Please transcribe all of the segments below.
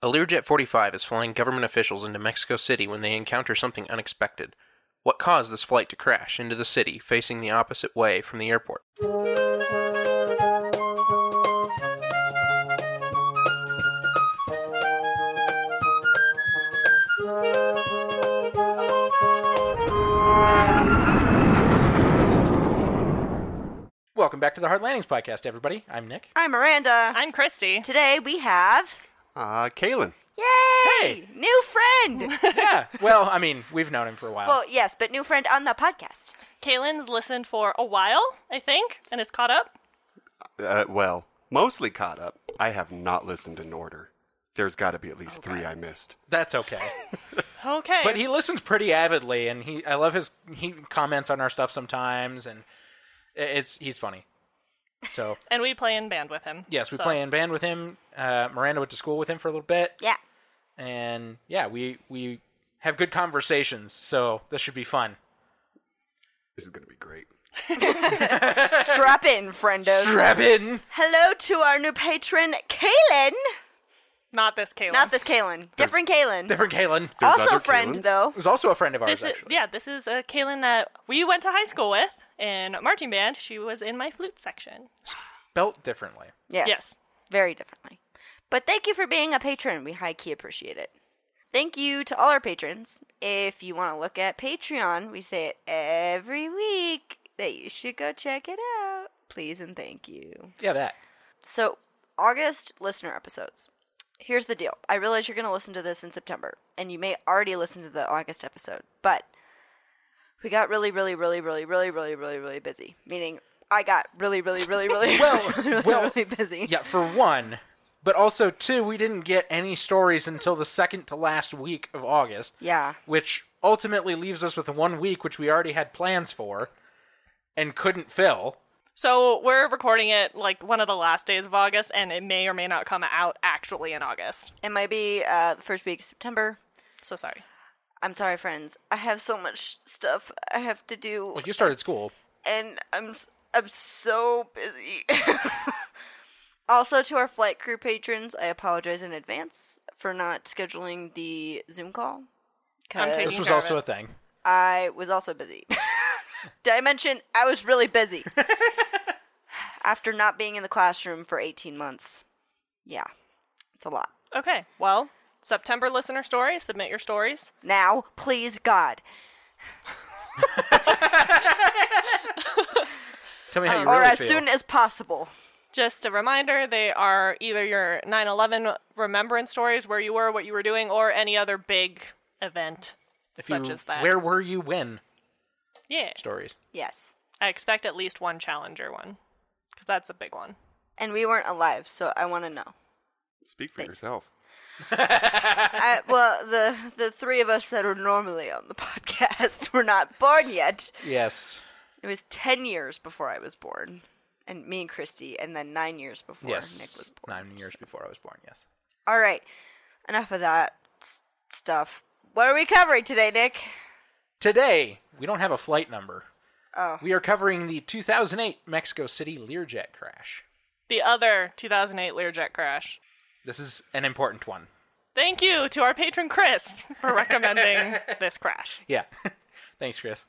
A Learjet 45 is flying government officials into Mexico City when they encounter something unexpected. What caused this flight to crash into the city facing the opposite way from the airport? Welcome back to the Hard Landings Podcast, everybody. I'm Nick. I'm Miranda. I'm Christy. Today we have Uh, Kalen. yay Hey! new friend. Yeah. Well, I mean, we've known him for a while. well, yes, but new friend on the podcast. Kaylin's listened for a while, I think, and is caught up. Uh, well, mostly caught up. I have not listened in order. There's got to be at least three I missed. That's okay. Okay. But he listens pretty avidly, and he I love his he comments on our stuff sometimes, and i- it's he's funny. So and we play in band with him. yes, we so. play in band with him. Uh, Miranda went to school with him for a little bit, Yeah. and yeah, we we have good conversations. So this should be fun. This is going to be great. Strap in, friendos. Strap in. Hello to our new patron, Kalen. Not this Kaylin. Not this Kalen. Different Kalen. Different Kalen. There's also other friend Kalens? though. Who's also a friend of ours. Uh, This is, actually. yeah, this is a Kaylin that we went to high school with in marching band. She was in my flute section. Built differently. Yes. Yes. Very differently. But thank you for being a patron. We high key appreciate it. Thank you to all our patrons. If you want to look at Patreon, we say it every week that you should go check it out. Please and thank you. Yeah, that. So, August listener episodes. Here's the deal. I realize you're going to listen to this in September, and you may already listen to the August episode, but we got really, really, really, really, really, really, really, really busy. Meaning, I got really, really, really, really, Well, really, well, really busy. Yeah, for one, but also two, we didn't get any stories until the second to last week of August. Yeah. Which ultimately leaves us with one week which we already had plans for and couldn't fill. So we're recording it like one of the last days of August, and it may or may not come out actually in August. It might be uh, the first week of September. So sorry. I'm sorry, friends. I have so much stuff I have to do, Well, you started school. and I'm s- I'm so busy. also, to our flight crew patrons, I apologize in advance for not scheduling the Zoom call. I'm taking- This was care of also it. a thing. I was also busy. Did I mention I was really busy after not being in the classroom for 18 months? Yeah, it's a lot. Okay. Well, September listener story. Submit your stories. now, please God. Tell me how you Uh, or really as feel. soon as possible. Just a reminder, they are either your 9 11 remembrance stories, where you were, what you were doing, or any other big event If you- such as that. Where were you when yeah. stories? Yes. I expect at least one challenger one, because that's a big one. And we weren't alive, so I want to know. Speak for Thanks. yourself. I, well, the the three of us that are normally on the podcast were not born yet. Yes. It was ten years before I was born, and me and Christy, and then nine years before Yes. Nick was born. Nine years before I was born, yes. All right, enough of that s- stuff. What are we covering today, Nick? Today, we don't have a flight number. Oh. We are covering the 2008 Mexico City Learjet crash. The other 2008 Learjet crash. This is an important one. Thank you to our patron Chris for recommending this crash. Yeah. Thanks, Chris.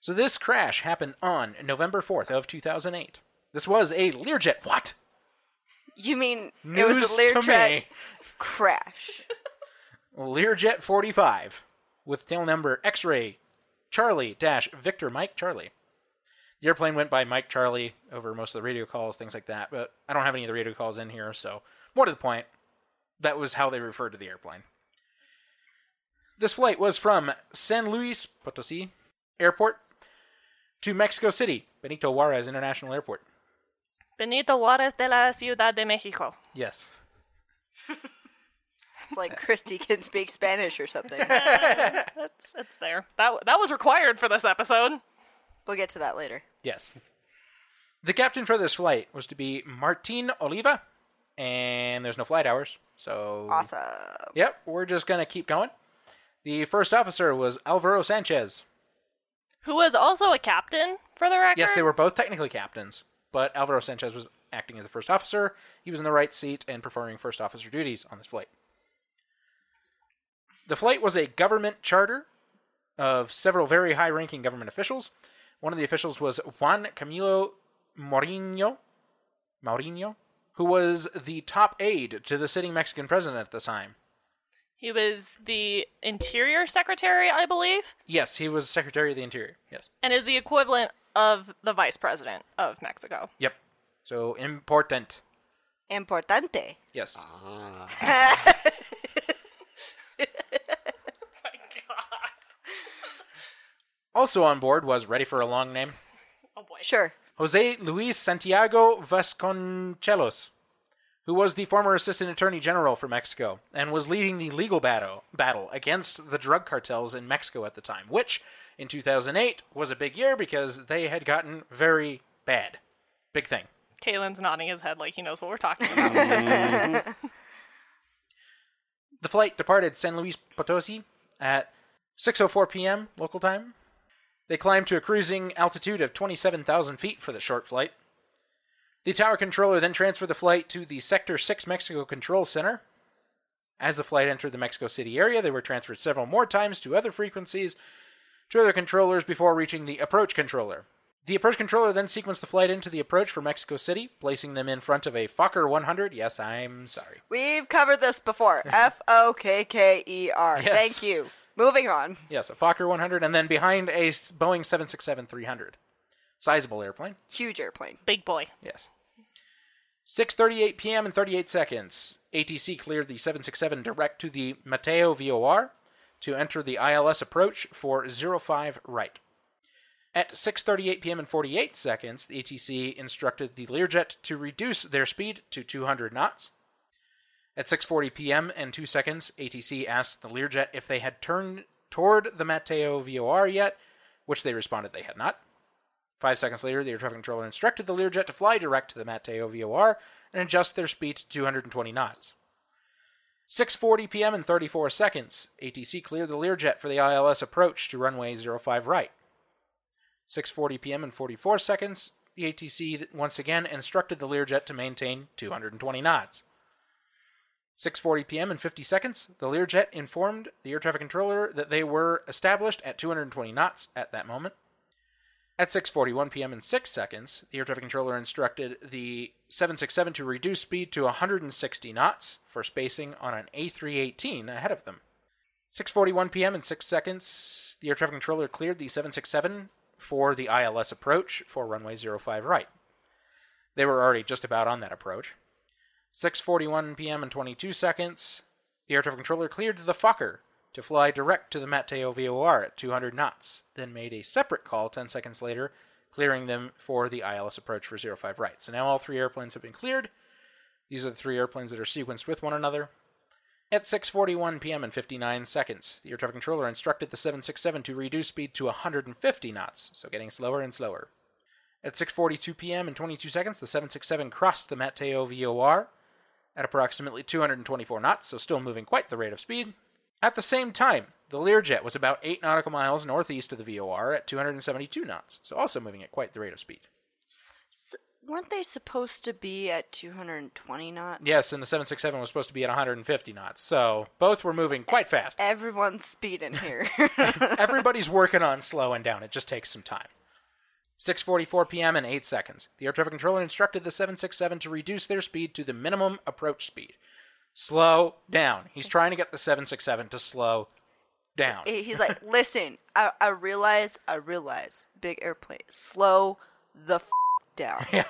So this crash happened on November 4th of 2008. This was a Learjet. What? You mean News it was a to Learjet me. crash? Learjet 45 with tail number X-ray Charlie dash Victor Mike Charlie. The airplane went by Mike Charlie over most of the radio calls, things like that. But I don't have any of the radio calls in here, so more to the point, that was how they referred to the airplane. This flight was from San Luis Potosi Airport to Mexico City, Benito Juarez International Airport. Benito Juarez de la Ciudad de Mexico. Yes. It's like Christy can speak Spanish or something. It's, it's there. That, that was required for this episode. We'll get to that later. Yes. The captain for this flight was to be Martin Oliva, and there's no flight hours, so. Awesome. Yep, we're just gonna keep going. The first officer was Alvaro Sanchez. Who was also a captain for the record. Yes, they were both technically captains, but Alvaro Sanchez was acting as the first officer. He was in the right seat and performing first officer duties on this flight. The flight was a government charter of several very high ranking government officials. One of the officials was Juan Camilo Mourinho, Mourinho, who was the top aide to the sitting Mexican president at the time. He was the interior secretary, I believe, Yes, he was Secretary of the Interior. Yes. and is the equivalent of the vice president of Mexico. Yep. So important. Importante. Yes. Oh my god. Also on board was ready for a long name Oh boy. Sure. Jose Luis Santiago Vasconcelos, who was the former Assistant Attorney General for Mexico and was leading the legal battle battle against the drug cartels in Mexico at the time, which in 2008 was a big year because they had gotten very bad. Big thing. Kalen's nodding his head like he knows what we're talking about. The flight departed San Luis Potosi at 6:04 p.m. local time. They climbed to a cruising altitude of 27,000 feet for the short flight. The tower controller then transferred the flight to the Sector 6 Mexico Control Center. As the flight entered the Mexico City area, they were transferred several more times to other frequencies to other controllers before reaching the approach controller. The approach controller then sequenced the flight into the approach for Mexico City, placing them in front of a Fokker 100. Yes, I'm sorry. We've covered this before. F O K K E R. Yes. Thank you. Moving on. Yes, a Fokker 100, and then behind a s- Boeing 767 300. Sizable airplane. Huge airplane. Big boy. Yes. 6:38 p.m. and 38 seconds. ATC cleared the 767 direct to the Mateo VOR to enter the ILS approach for 05 right. At 6:38 p.m. and 48 seconds, the ATC instructed the Learjet to reduce their speed to 200 knots. At 6:40 p.m. and 2 seconds, ATC asked the Learjet if they had turned toward the Mateo VOR yet, which they responded they had not. Five seconds later, the air traffic controller instructed the Learjet to fly direct to the Mateo VOR and adjust their speed to 220 knots. 6:40 p.m. and 34 seconds, ATC cleared the Learjet for the ILS approach to runway 05 right. 6:40 p.m. and 44 seconds, the ATC th- once again instructed the Learjet to maintain 220 knots. 6:40 p.m. and 50 seconds, the Learjet informed the air traffic controller that they were established at 220 knots at that moment. At 6:41 p.m. in 6 seconds, the air traffic controller instructed the 767 to reduce speed to 160 knots for spacing on an A318 ahead of them. 6:41 p.m. in 6 seconds, the air traffic controller cleared the 767 for the ILS approach for runway 05 right. They were already just about on that approach. 6:41 p.m. and 22 seconds, the air traffic controller cleared the Fokker to fly direct to the Mateo VOR at 200 knots, then made a separate call 10 seconds later, clearing them for the ILS approach for 05 right. So now all three airplanes have been cleared. These are the three airplanes that are sequenced with one another. At 6:41 p.m. and 59 seconds, the air traffic controller instructed the 767 to reduce speed to 150 knots, so getting slower and slower. At 6:42 p.m. and 22 seconds, the 767 crossed the Mateo VOR at approximately 224 knots, so still moving quite the rate of speed. At the same time, the Learjet was about 8 nautical miles northeast of the VOR at 272 knots, so also moving at quite the rate of speed. Weren't they supposed to be at 220 knots? Yes, and the 767 was supposed to be at 150 knots, so both were moving quite fast. Everyone's speeding here. Everybody's working on slowing down. It just takes some time. 6:44 p.m. and 8 seconds. The air traffic controller instructed the 767 to reduce their speed to the minimum approach speed. Slow down. He's trying to get the 767 to slow down. He- He's like, listen, I, I realize, I realize, big airplane, slow the f- down. Yeah.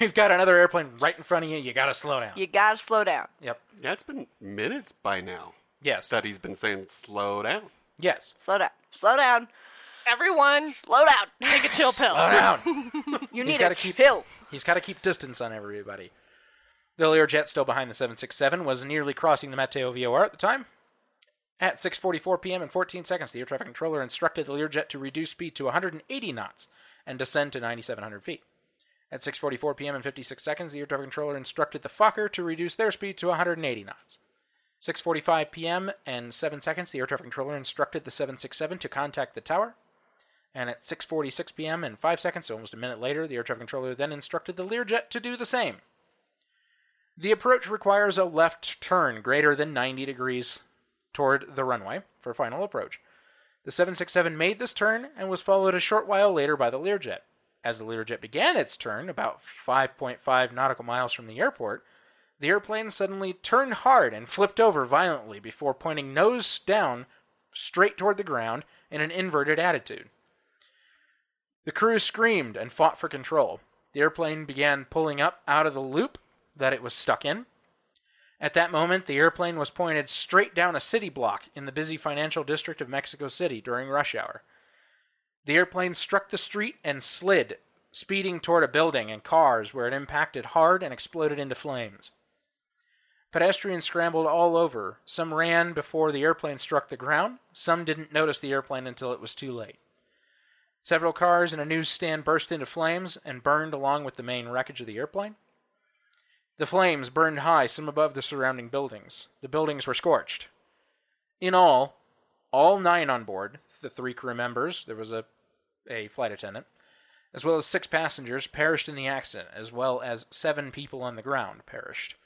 We've got another airplane right in front of you. You got to slow down. You gotta slow down. Yep. Yeah, it's been minutes by now Yes. that he's been saying slow down. Yes. Slow down. Slow down. Everyone Slow down. take a chill pill. Slow down. He's You need gotta a keep- chill. He's got to keep distance on everybody. The Learjet, still behind the 767, was nearly crossing the Mateo VOR at the time. At 6:44 p.m. and 14 seconds, the air traffic controller instructed the Learjet to reduce speed to 180 knots and descend to 9,700 feet. At 6:44 p.m. and 56 seconds, the air traffic controller instructed the Fokker to reduce their speed to 180 knots. 6:45 p.m. and 7 seconds, the air traffic controller instructed the 767 to contact the tower. And at 6:46 p.m. in five seconds, so almost a minute later, the air traffic controller then instructed the Learjet to do the same. The approach requires a left turn greater than 90 degrees toward the runway for final approach. The 767 made this turn and was followed a short while later by the Learjet. As the Learjet began its turn, about 5.5 nautical miles from the airport, the airplane suddenly turned hard and flipped over violently before pointing nose down straight toward the ground in an inverted attitude. The crew screamed and fought for control. The airplane began pulling up out of the loop that it was stuck in. At that moment, the airplane was pointed straight down a city block in the busy financial district of Mexico City during rush hour. The airplane struck the street and slid, speeding toward a building and cars where it impacted hard and exploded into flames. Pedestrians scrambled all over. Some ran before the airplane struck the ground. Some didn't notice the airplane until it was too late. Several cars and a newsstand burst into flames and burned along with the main wreckage of the airplane. The flames burned high, some above the surrounding buildings. The buildings were scorched. In all, all nine on board, the three crew members, there was a, a flight attendant, as well as six passengers, perished in the accident, as well as seven people on the ground perished.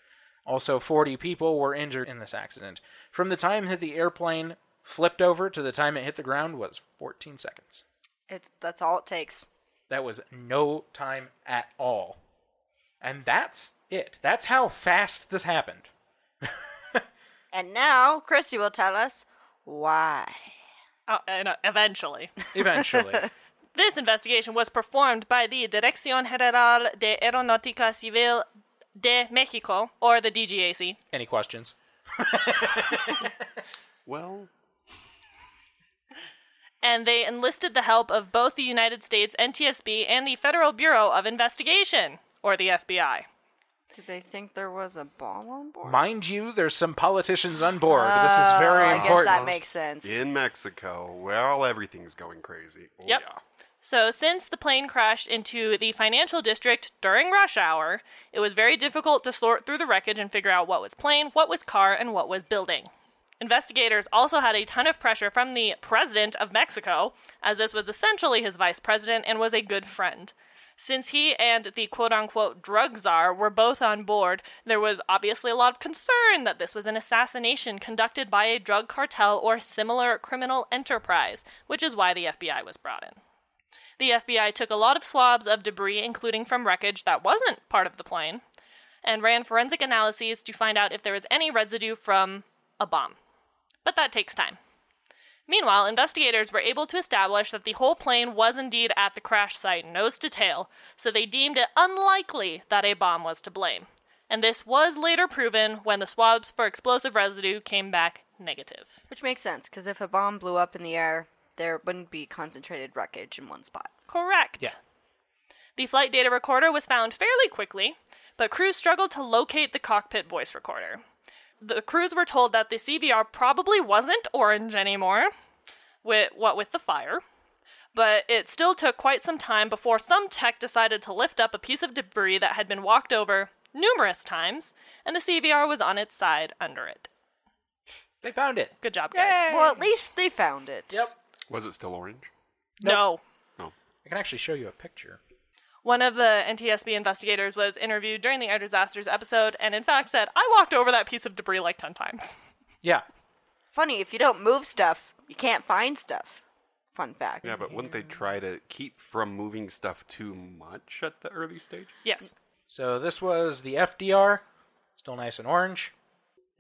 Also, 40 people were injured in this accident. From the time that the airplane flipped over to the time it hit the ground was 14 seconds. It's that's all it takes. That was no time at all. And that's it. That's how fast this happened. And now Christy will tell us why. Uh, and, uh, eventually. Eventually. This investigation was performed by the Dirección General de Aeronáutica Civil de Mexico, or the DGAC. Any questions? Well, and they enlisted the help of both the United States NTSB and the Federal Bureau of Investigation, or the FBI. Did they think there was a bomb on board? Mind you, there's some politicians on board. this is very Oh, I guess important. that makes sense. in Mexico, where all everything's going crazy. Oh, Yep. Yeah. So, since the plane crashed into the financial district during rush hour, it was very difficult to sort through the wreckage and figure out what was plane, what was car, and what was building. Investigators also had a ton of pressure from the president of Mexico, as this was essentially his vice president and was a good friend. Since he and the quote unquote drug czar were both on board, there was obviously a lot of concern that this was an assassination conducted by a drug cartel or similar criminal enterprise, which is why the FBI was brought in. The FBI took a lot of swabs of debris, including from wreckage that wasn't part of the plane, and ran forensic analyses to find out if there was any residue from a bomb. But that takes time. Meanwhile, investigators were able to establish that the whole plane was indeed at the crash site, nose to tail, so they deemed it unlikely that a bomb was to blame. And this was later proven when the swabs for explosive residue came back negative. Which makes sense because if a bomb blew up in the air, there wouldn't be concentrated wreckage in one spot. Correct. Yeah. The flight data recorder was found fairly quickly, but crews struggled to locate the cockpit voice recorder. The crews were told that the CVR probably wasn't orange anymore, with what with the fire. But it still took quite some time before some tech decided to lift up a piece of debris that had been walked over numerous times, and the CVR was on its side under it. They found it. Good job, guys. Well, at least they found it. Yep. Was it still orange? Oh, No. I can actually show you a picture. One of the NTSB investigators was interviewed during the air disasters episode and, in fact, said, I walked over that piece of debris like 10 times. Yeah. Funny, if you don't move stuff, you can't find stuff. Fun fact. Yeah, but wouldn't they try to keep from moving stuff too much at the early stage? Yes. So this was the FDR, still nice and orange,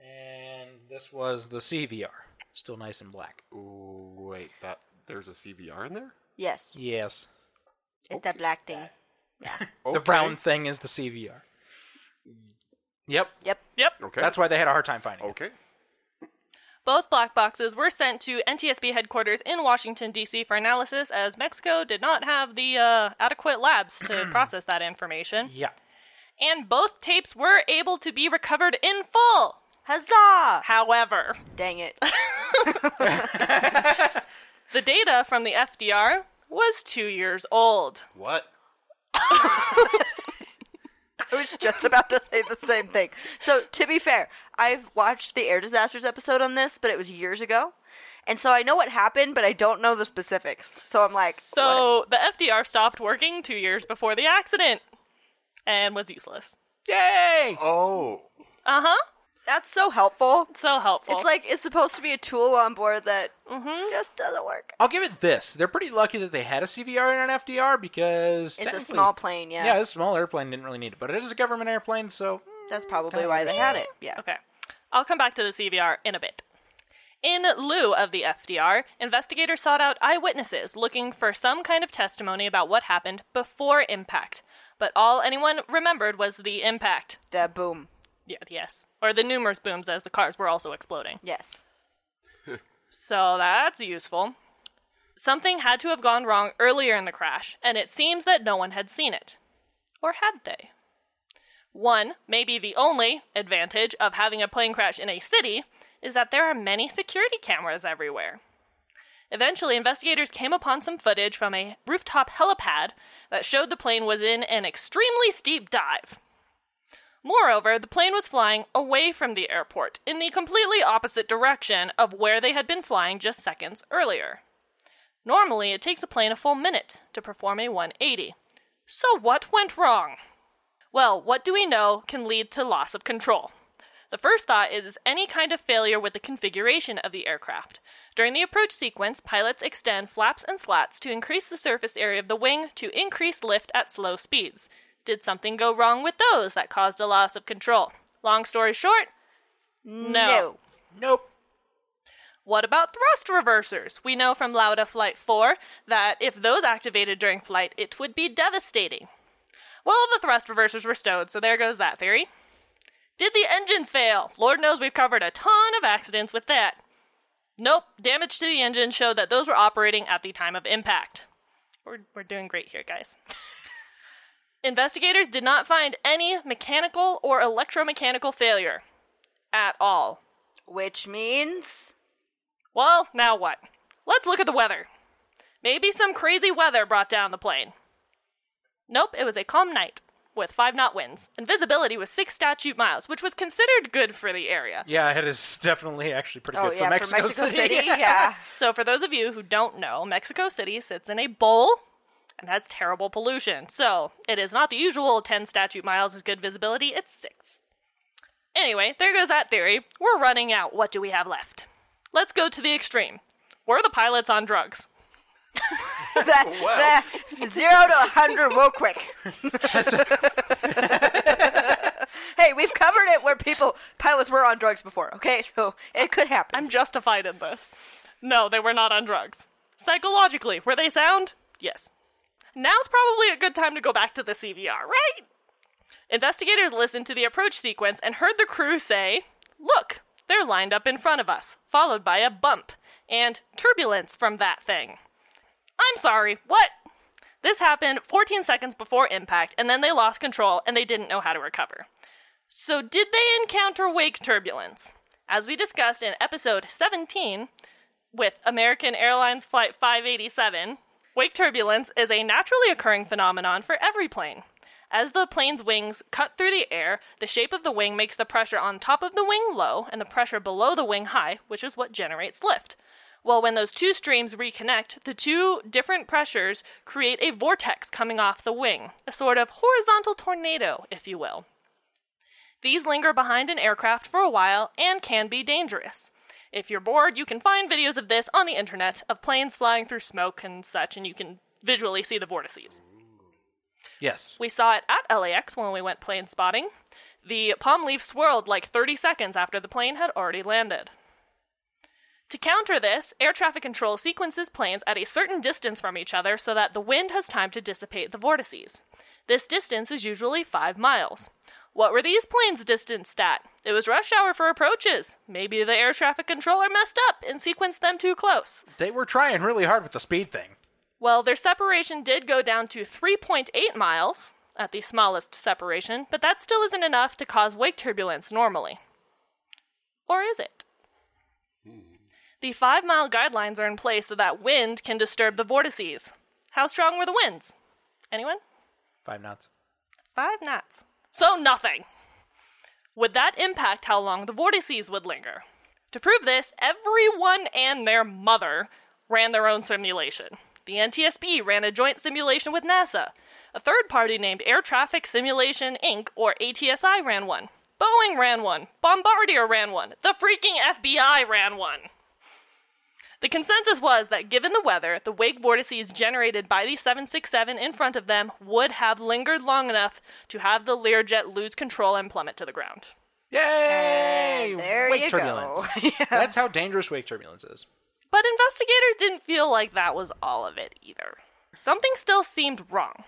and this was the CVR, still nice and black. Ooh, wait, that there's a CVR in there? Yes, Yes. it's that black thing. Okay. The brown thing is the CVR. Yep. Yep. Yep. Okay. That's why they had a hard time finding it. Okay. Both black boxes were sent to NTSB headquarters in Washington, D.C. for analysis, as Mexico did not have the uh, adequate labs to process that information. Yeah. And both tapes were able to be recovered in full. Huzzah! However, Dang it. the data from the FDR was two years old. What? I was just about to say the same thing. So, to be fair, I've watched the air disasters episode on this, but it was years ago. And so I know what happened, but I don't know the specifics. So I'm like, what? So the FDR stopped working two years before the accident and was useless. Yay! Oh, Uh huh. that's so helpful. So helpful. Mm-hmm. It's like it's supposed to be a tool on board that just doesn't work. I'll give it this. They're pretty lucky that they had a CVR and an FDR because It's a technically- small plane, yeah. Yeah, this small airplane didn't really need it, but it is a government airplane, so mm, That's probably why they had it. Yeah. Okay. I'll come back to the CVR in a bit. In lieu of the FDR, investigators sought out eyewitnesses looking for some kind of testimony about what happened before impact. But all anyone remembered was the impact. The boom. Yeah, yes. Or the numerous booms as the cars were also exploding. Yes. So that's useful. Something had to have gone wrong earlier in the crash, and it seems that no one had seen it. Or had they? One, maybe the only, advantage of having a plane crash in a city is that there are many security cameras everywhere. Eventually, investigators came upon some footage from a rooftop helipad that showed the plane was in an extremely steep dive. Moreover, the plane was flying away from the airport in the completely opposite direction of where they had been flying just seconds earlier. Normally, it takes a plane a full minute to perform a 180. So, what went wrong? Well, what do we know can lead to loss of control? The first thought is any kind of failure with the configuration of the aircraft. During the approach sequence, pilots extend flaps and slats to increase the surface area of the wing to increase lift at slow speeds. Did something go wrong with those that caused a loss of control? Long story short, No. nope. What about thrust reversers? We know from Lauda Flight 4 that if those activated during flight, it would be devastating. Well, the thrust reversers were stowed, so there goes that theory. Did the engines fail? Lord knows we've covered a ton of accidents with that. Nope, damage to the engine showed that those were operating at the time of impact. We're, we're doing great here, guys. Investigators did not find any mechanical or electromechanical failure at all. Which means Well, now what? Let's look at the weather. Maybe some crazy weather brought down the plane. Nope, it was a calm night with five knot winds, and visibility was six statute miles, which was considered good for the area. Yeah, it is definitely actually pretty Oh good yeah, for Mexico, City. yeah. So, for those of you who don't know, Mexico City sits in a bowl and has terrible pollution. So, it is not the usual 10 statute miles is good visibility, it's six. Anyway, there goes that theory. We're running out. What do we have left? Let's go to the extreme. Were the pilots on drugs? that, that zero to a hundred real quick. hey, we've covered it where people pilots were on drugs before. Okay, so it could happen. I'm justified in this. No, they were not on drugs. Psychologically, were they sound? Yes. Now's probably a good time to go back to the CVR, right? Investigators listened to the approach sequence and heard the crew say, Look, they're lined up in front of us, followed by a bump and turbulence from that thing. I'm sorry, what? This happened 14 seconds before impact, and then they lost control and they didn't know how to recover. So, did they encounter wake turbulence? As we discussed in episode 17 with American Airlines Flight 587, wake turbulence is a naturally occurring phenomenon for every plane. As the plane's wings cut through the air, the shape of the wing makes the pressure on top of the wing low and the pressure below the wing high, which is what generates lift. Well, when those two streams reconnect, the two different pressures create a vortex coming off the wing, a sort of horizontal tornado, if you will. These linger behind an aircraft for a while and can be dangerous. If you're bored, you can find videos of this on the internet of planes flying through smoke and such, and you can visually see the vortices. Yes. We saw it at LAX when we went plane spotting. The palm leaf swirled like 30 seconds after the plane had already landed. To counter this, air traffic control sequences planes at a certain distance from each other so that the wind has time to dissipate the vortices. This distance is usually 5 miles. What were these planes distanced at? It was rush hour for approaches. Maybe the air traffic controller messed up and sequenced them too close. They were trying really hard with the speed thing. Well, their separation did go down to 3.8 miles at the smallest separation, but that still isn't enough to cause wake turbulence normally. Or is it? The five mile guidelines are in place so that wind can disturb the vortices. How strong were the winds? Anyone? Five knots. Five knots. So nothing. Would that impact how long the vortices would linger? To prove this, everyone and their mother ran their own simulation. The NTSB ran a joint simulation with NASA. A third party named Air Traffic Simulation Inc., or ATSI, ran one. Boeing ran one. Bombardier ran one. The freaking FBI ran one. The consensus was that given the weather, the wake vortices generated by the 767 in front of them would have lingered long enough to have the Learjet lose control and plummet to the ground. Yay! And there wake you go. turbulence. Yeah. That's how dangerous wake turbulence is. But investigators didn't feel like that was all of it either. Something still seemed wrong.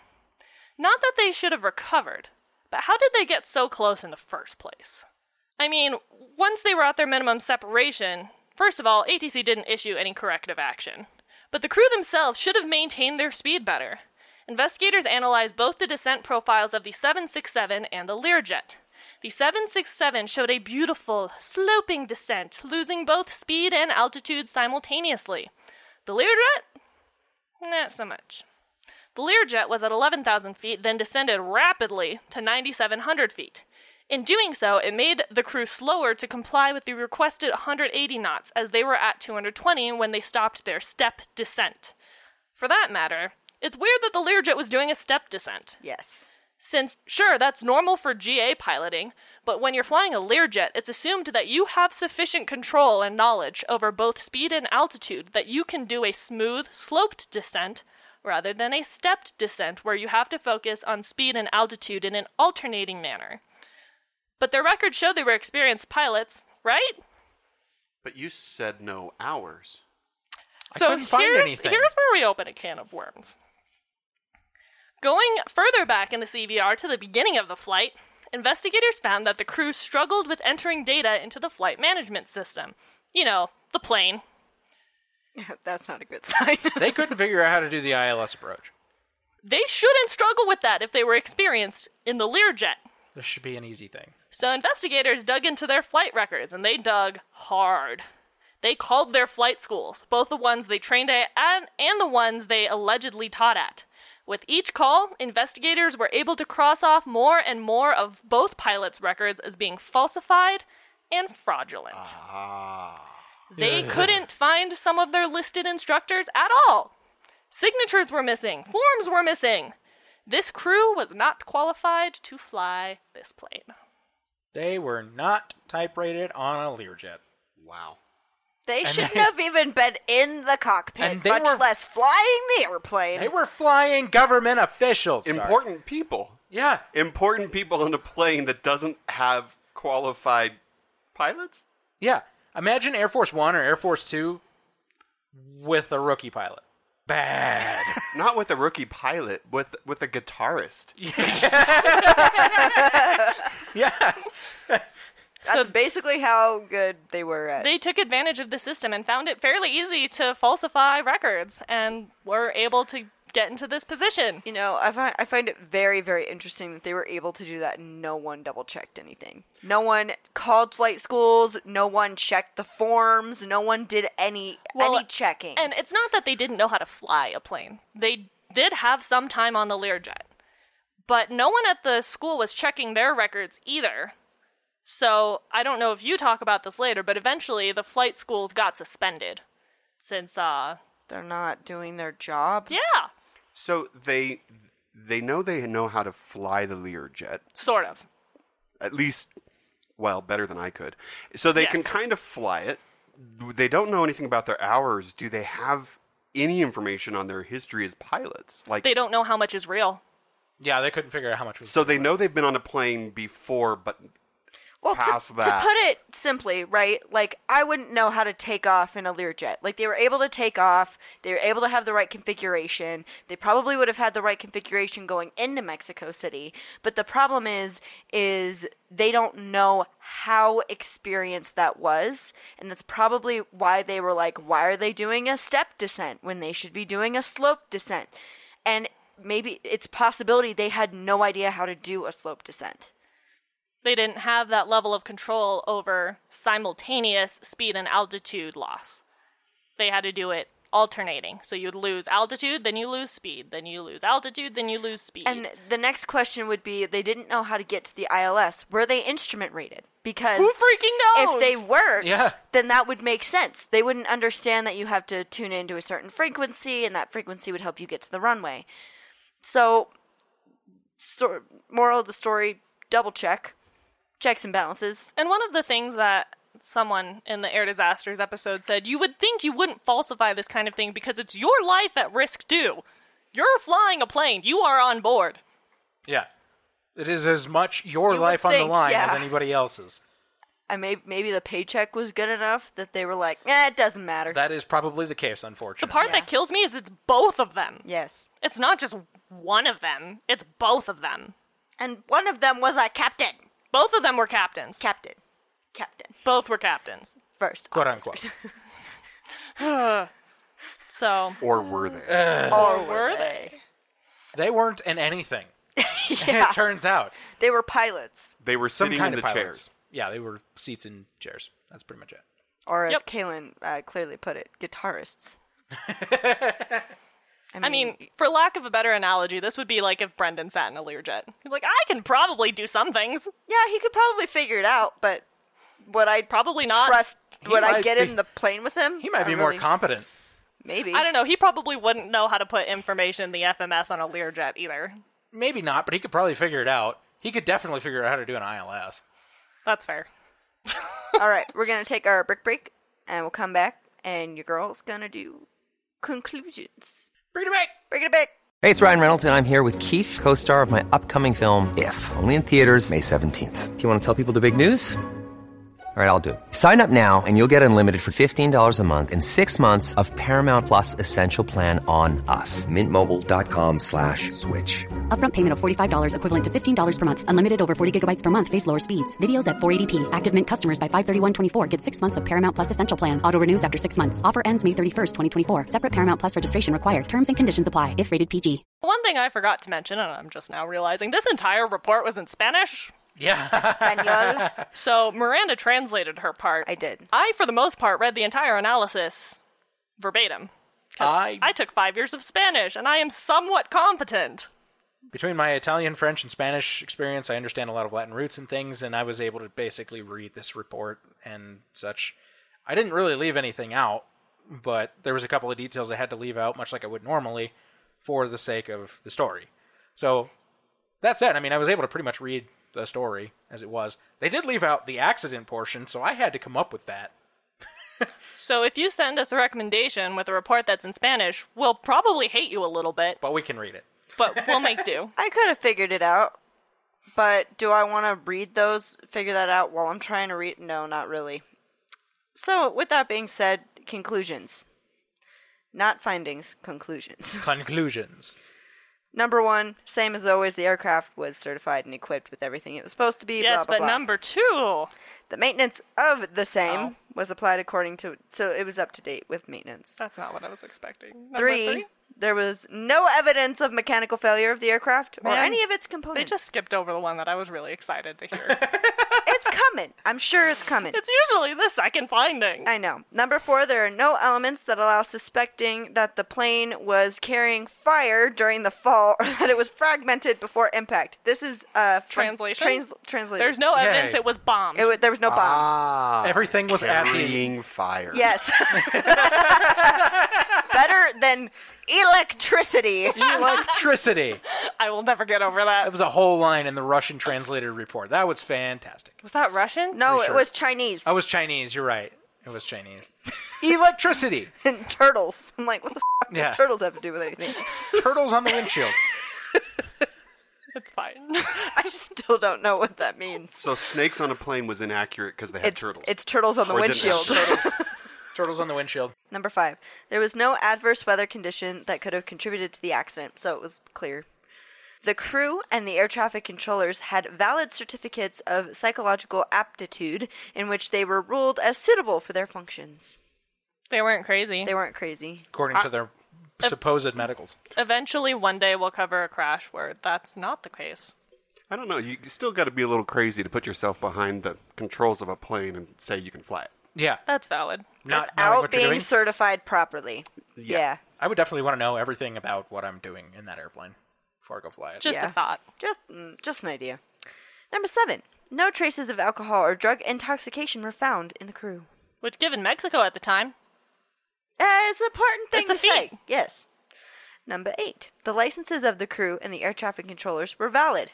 Not that they should have recovered, but how did they get so close in the first place? I mean, once they were at their minimum separation, first of all, ATC didn't issue any corrective action. But the crew themselves should have maintained their speed better. Investigators analyzed both the descent profiles of the 767 and the Learjet. The 767 showed a beautiful, sloping descent, losing both speed and altitude simultaneously. The Learjet? Not so much. The Learjet was at 11,000 feet, then descended rapidly to 9,700 feet. In doing so, it made the crew slower to comply with the requested 180 knots, as they were at 220 when they stopped their step descent. For that matter, it's weird that the Learjet was doing a step descent Yes. since sure that's normal for GA piloting, but when you're flying a Learjet, it's assumed that you have sufficient control and knowledge over both speed and altitude that you can do a smooth, sloped descent rather than a stepped descent where you have to focus on speed and altitude in an alternating manner. But their records show they were experienced pilots, right? But you said no hours. I so couldn't find here's, anything. here's where we open a can of worms. Going further back in the CVR to the beginning of the flight, investigators found that the crew struggled with entering data into the flight management system. You know, the plane. That's not a good sign. They couldn't figure out how to do the ILS approach. They shouldn't struggle with that if they were experienced in the Learjet. This should be an easy thing. So investigators dug into their flight records and they dug hard. They called their flight schools, both the ones they trained at and, and the ones they allegedly taught at. With each call, investigators were able to cross off more and more of both pilots' records as being falsified and fraudulent. Ah. They couldn't find some of their listed instructors at all. Signatures were missing, forms were missing. This crew was not qualified to fly this plane. They were not type rated on a Learjet. Wow. they shouldn't have even been in the And cockpit, they much were- less flying the airplane. They were flying government officials. Sorry. Important people. Yeah. Important people on a plane that doesn't have qualified pilots? Yeah. Imagine Air Force One or Air Force Two with a rookie pilot. Bad. Not with a rookie pilot, with with a guitarist. yeah. That's basically how good they were at. They took advantage of the system and found it fairly easy to falsify records and were able to get into this position. you know, I find I find it very very interesting that they were able to do that and no one double checked anything. No one called flight schools, no one checked the forms, no one did any Well, any checking. And it's not that they didn't know how to fly a plane. They did have some time on the Learjet. But no one at the school was checking their records either. So I don't know if you talk about this later, but eventually the flight schools got suspended. Since, uh, They're not doing their job. yeah, So they they know they know how to fly the Learjet. sort of. At least well, better than I could. So they can Yes. kind of fly it. They don't know anything about their hours. Do they have any information on their history as pilots? Like They don't know how much is real. Yeah, they couldn't figure out how much was so they know they've been on a plane before, but Well, to, Past to that. put it simply, right? Like I wouldn't know how to take off in a Learjet. Like they were able to take off, they were able to have the right configuration. They probably would have had the right configuration going into Mexico City. But the problem is, is they don't know how experienced that was, and that's probably why they were like, why are they doing a step descent when they should be doing a slope descent? And maybe it's possibility they had no idea how to do a slope descent. they didn't have that level of control over simultaneous speed and altitude loss. They had to do it alternating. So you'd lose altitude, then you lose speed, then you lose altitude, then you lose speed. And the next question would be they didn't know how to get to the ILS. Were they instrument rated? Because Who freaking knows? if they weren't, Yeah. then that would make sense. They wouldn't understand that you have to tune into a certain frequency, and that frequency would help you get to the runway. So, stor moral of the story: double check, checks and balances. And one of the things that someone in the air disasters episode said, you would think you wouldn't falsify this kind of thing because it's your life at risk too. You're flying a plane. You are on board. Yeah. It is as much your You would life on think, the line yeah. as anybody else's. I may maybe the paycheck was good enough that they were like, eh, it doesn't matter. That is probably the case, The unfortunately. part that kills me is it's both of them. yes, It's not just one of them. It's both of them. and one of them was a captain. Both of them were captains. Captain, captain. both were captains. First, Quote unquote. So Or were Uh, they? or were they? They weren't in anything. Yeah. It turns out. They were pilots, They were Some sitting kind in of the pilots. chairs. Yeah, they were seats and chairs. That's pretty much it. or as Yep. Kalen uh, clearly put it, guitarists. I mean, for lack of a better analogy, this would be like if Brendan sat in a Learjet. He's like, I can probably do some things. yeah, he could probably figure it out, but would I Probably not. trust? He Would I might get be- in the plane with him? He might I be more really- competent. Maybe. I don't know. He probably wouldn't know how to put information in the FMS on a Learjet either. Maybe not, but he could probably figure it out. He could definitely figure out how to do an ILS. That's fair. All right, we're gonna take our brick break, and we'll come back, and your girl's gonna do conclusions. Bring it back! Bring it back. Hey, it's Ryan Reynolds, and I'm here with Keith, co star of my upcoming film, If, only in theaters, May 17th. Do you want to tell people the big news? All right, I'll do it. Sign up now and you'll get unlimited for $15 a month and six months of Paramount Plus Essential Plan on us. Mintmobile.com slash switch. Upfront payment of $45 equivalent to $15 per month. Unlimited over 40 gigabytes per month. Face lower speeds. Videos at 480p. Active Mint customers by 531.24 get six months of Paramount Plus Essential Plan. Auto renews after six months. Offer ends May 31st, 2024. Separate Paramount Plus registration required. Terms and conditions apply if rated PG. One thing I forgot to mention, and I'm just now realizing, this entire report was in Spanish. Yeah. Daniel, So Miranda translated her part. I did. I, for the most part, read the entire analysis verbatim. I, I took five years of Spanish, and I am somewhat competent. between my Italian, French, and Spanish experience, I understand a lot of Latin roots and things, and I was able to basically read this report and such. I didn't really leave anything out, but there was a couple of details I had to leave out, much like I would normally, for the sake of the story. So that said, I mean, I was able to pretty much read the story as it was. They did leave out the accident portion, so I had to come up with that. So if you send us a recommendation with a report that's in Spanish, we'll probably hate you a little bit, But we can read it. but we'll make do. I could have figured it out, but do I want to read those, figure that out while I'm trying to read? No, not really. So, with that being said, conclusions. Not findings, conclusions. Conclusions. Number one, same as always, the aircraft was certified and equipped with everything it was supposed to be. blah, yes, blah, but blah. number Oh. two. the maintenance of the same was applied according to, so it was up to date with maintenance. That's not what I was expecting. Number Three, three? there was no evidence of mechanical failure of the aircraft or Man, any of its They components. just skipped over the one that I was really excited to hear. it's coming. I'm sure it's coming. it's usually the second finding. I know. Number four, there are no elements that allow suspecting that the plane was carrying fire during the fall or that it was fragmented before impact. This is uh, from- Translation? Trans- translated. There's no evidence Yay. it was bombed. It, wa- there was no bomb. Ah, Everything was at the carrying fire. yes. Better than electricity. electricity. I will never get over that. That Was, was a whole line in the Russian translated report. That was fantastic. that Russian? No, Pretty it sure. was Chinese. I was Chinese. You're right. It was Chinese. Electricity. and turtles. I'm like, what the f- Yeah. do turtles have to do with anything? Turtles on the windshield. It's fine. I still don't know what that means. So snakes on a plane was inaccurate because they had It's turtles. it's turtles on the Or didn't have windshield. turtles. Turtles on the windshield. Number five, there was no adverse weather condition that could have contributed to the accident, so it was clear. The crew and the air traffic controllers had valid certificates of psychological aptitude in which they were ruled as suitable for their functions. they weren't crazy. They weren't crazy. According to their supposed medicals. Eventually, one day we'll cover a crash where that's not the case. I don't know. You still got to be a little crazy to put yourself behind the controls of a plane and say you can fly it. Yeah. That's valid. Not knowing Out what you're being doing. certified properly. Yeah. I would definitely want to know everything about what I'm doing in that airplane before I go fly it. Just Yeah. a thought. Just, mm, just an idea. Number seven. No traces of alcohol or drug intoxication were found in the crew. Which, given Mexico at the time, Uh, it's an important thing It's a to say. feat. Yes. Number eight. The licenses of the crew and the air traffic controllers were valid.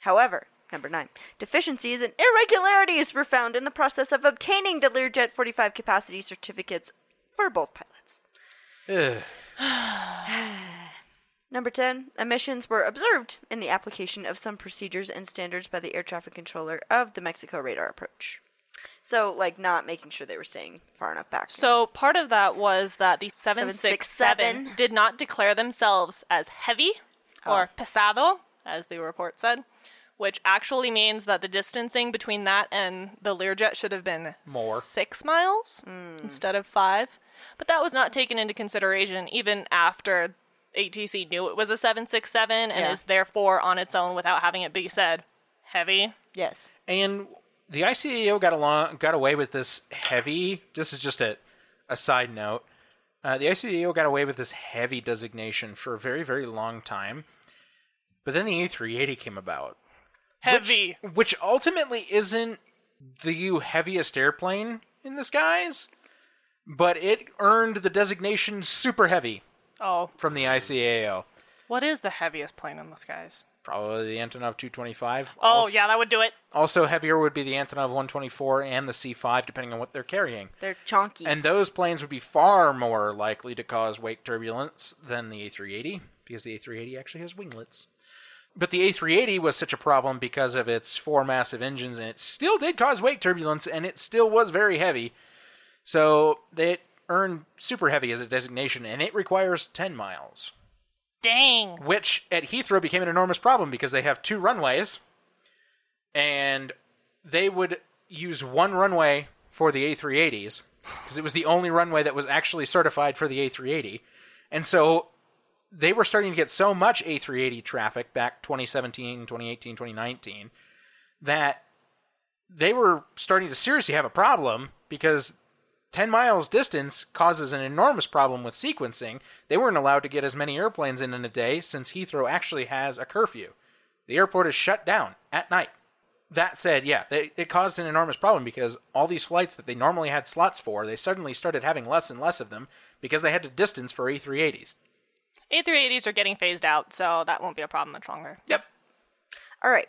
However, number nine. Deficiencies and irregularities were found in the process of obtaining the Learjet 45 capacity certificates for both pilots. Ugh. Number 10. Emissions were observed in the application of some procedures and standards by the air traffic controller of the Mexico radar approach. So, like, not making sure they were staying far enough back. So part of that was that the 767 767. did not declare themselves as heavy or pesado, as the report said, which actually means that the distancing between that and the Learjet should have been More. six miles instead of five. But that was not taken into consideration even after ATC knew it was a 767 and Yeah. is therefore on its own without having it be said heavy. yes. And the ICAO got along, got away with this heavy. This is just a, a side note. Uh, the ICAO got away with this heavy designation for a very, very long time. But then the A380 came about, Heavy. which, which ultimately isn't the heaviest airplane in the skies, but it earned the designation super heavy oh, from the ICAO. what is the heaviest plane in the skies? Probably the Antonov 225. Oh, Also- yeah, that would do it. Also heavier would be the Antonov 124 and the C5, depending on what they're carrying. They're chonky. And those planes would be far more likely to cause wake turbulence than the A380, because the A380 actually has winglets. But the A380 was such a problem because of its four massive engines, and it still did cause wake turbulence, and it still was very heavy. So they earned super heavy as a designation, and it requires 10 miles, Dang. which at Heathrow became an enormous problem because they have two runways, and they would use one runway for the A380s because it was the only runway that was actually certified for the A380. And so they were starting to get so much A380 traffic back 2017, 2018, 2019 that they were starting to seriously have a problem because 10 miles distance causes an enormous problem with sequencing. They weren't allowed to get as many airplanes in in a day since Heathrow actually has a curfew. The airport is shut down at night that said, yeah, they, it caused an enormous problem because all these flights that they normally had slots for, they suddenly started having less and less of them because they had to distance for A380s. A380s are getting phased out, so that won't be a problem much longer. Yep. All right.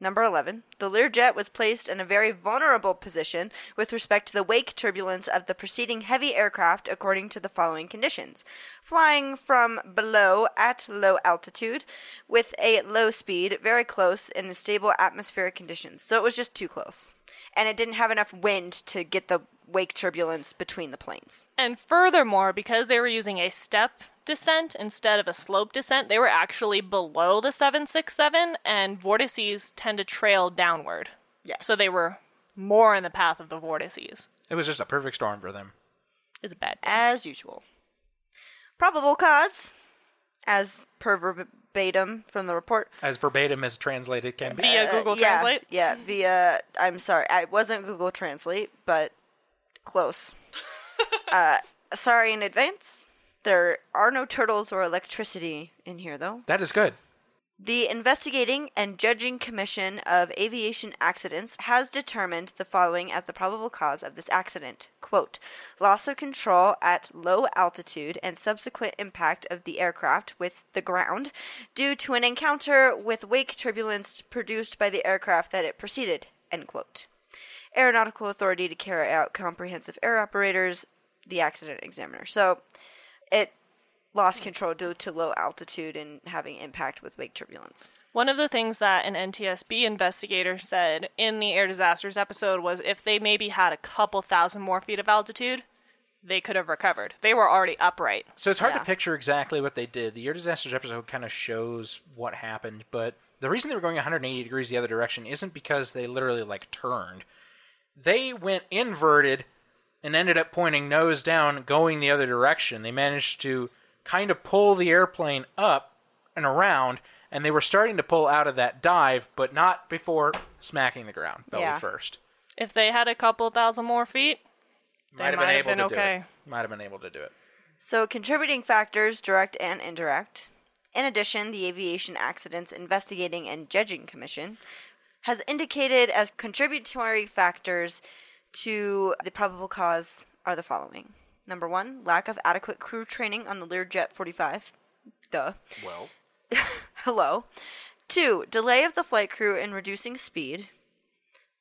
Number 11. The Learjet was placed in a very vulnerable position with respect to the wake turbulence of the preceding heavy aircraft according to the following conditions flying from below at low altitude with a low speed, very close, in stable atmospheric conditions. So it was just too close. And it didn't have enough wind to get the wake turbulence between the planes. And furthermore, because they were using a step descent instead of a slope descent, they were actually below the 767, and vortices tend to trail downward. Yes. So they were more in the path of the vortices. It was just a perfect storm for them. Is bad. as usual. Probable cause, as per verbatim from the report, As verbatim as translated can be. Via Google uh, yeah, Translate? Yeah, via. I'm sorry, I wasn't Google Translate, but close. uh, sorry in advance. There are no turtles or electricity in here, though. That is good. The Investigating and Judging Commission of Aviation Accidents has determined the following as the probable cause of this accident quote, loss of control at low altitude and subsequent impact of the aircraft with the ground due to an encounter with wake turbulence produced by the aircraft that it preceded, end quote. Aeronautical authority to carry out comprehensive air operators, the accident examiner. So it lost control due to low altitude and having impact with wake turbulence. One of the things that an NTSB investigator said in the air disasters episode was if they maybe had a couple thousand more feet of altitude, they could have recovered. They were already upright. So it's hard Yeah. to picture exactly what they did. The Year Disasters episode kind of shows what happened, but the reason they were going 180 degrees the other direction isn't because they literally like turned. They went inverted and ended up pointing nose down, going the other direction. They managed to kind of pull the airplane up and around, and they were starting to pull out of that dive, but not before smacking the ground belly Yeah. first. If they had a couple thousand more feet, They might have been to do okay. it. Might have been able to do it. So, contributing factors, direct and indirect. In addition, the Aviation Accidents Investigating and Judging Commission has indicated as contributory factors to the probable cause are the following. Number one, lack of adequate crew training on the Learjet 45. Duh. Well, Hello. Two, delay of the flight crew in reducing speed.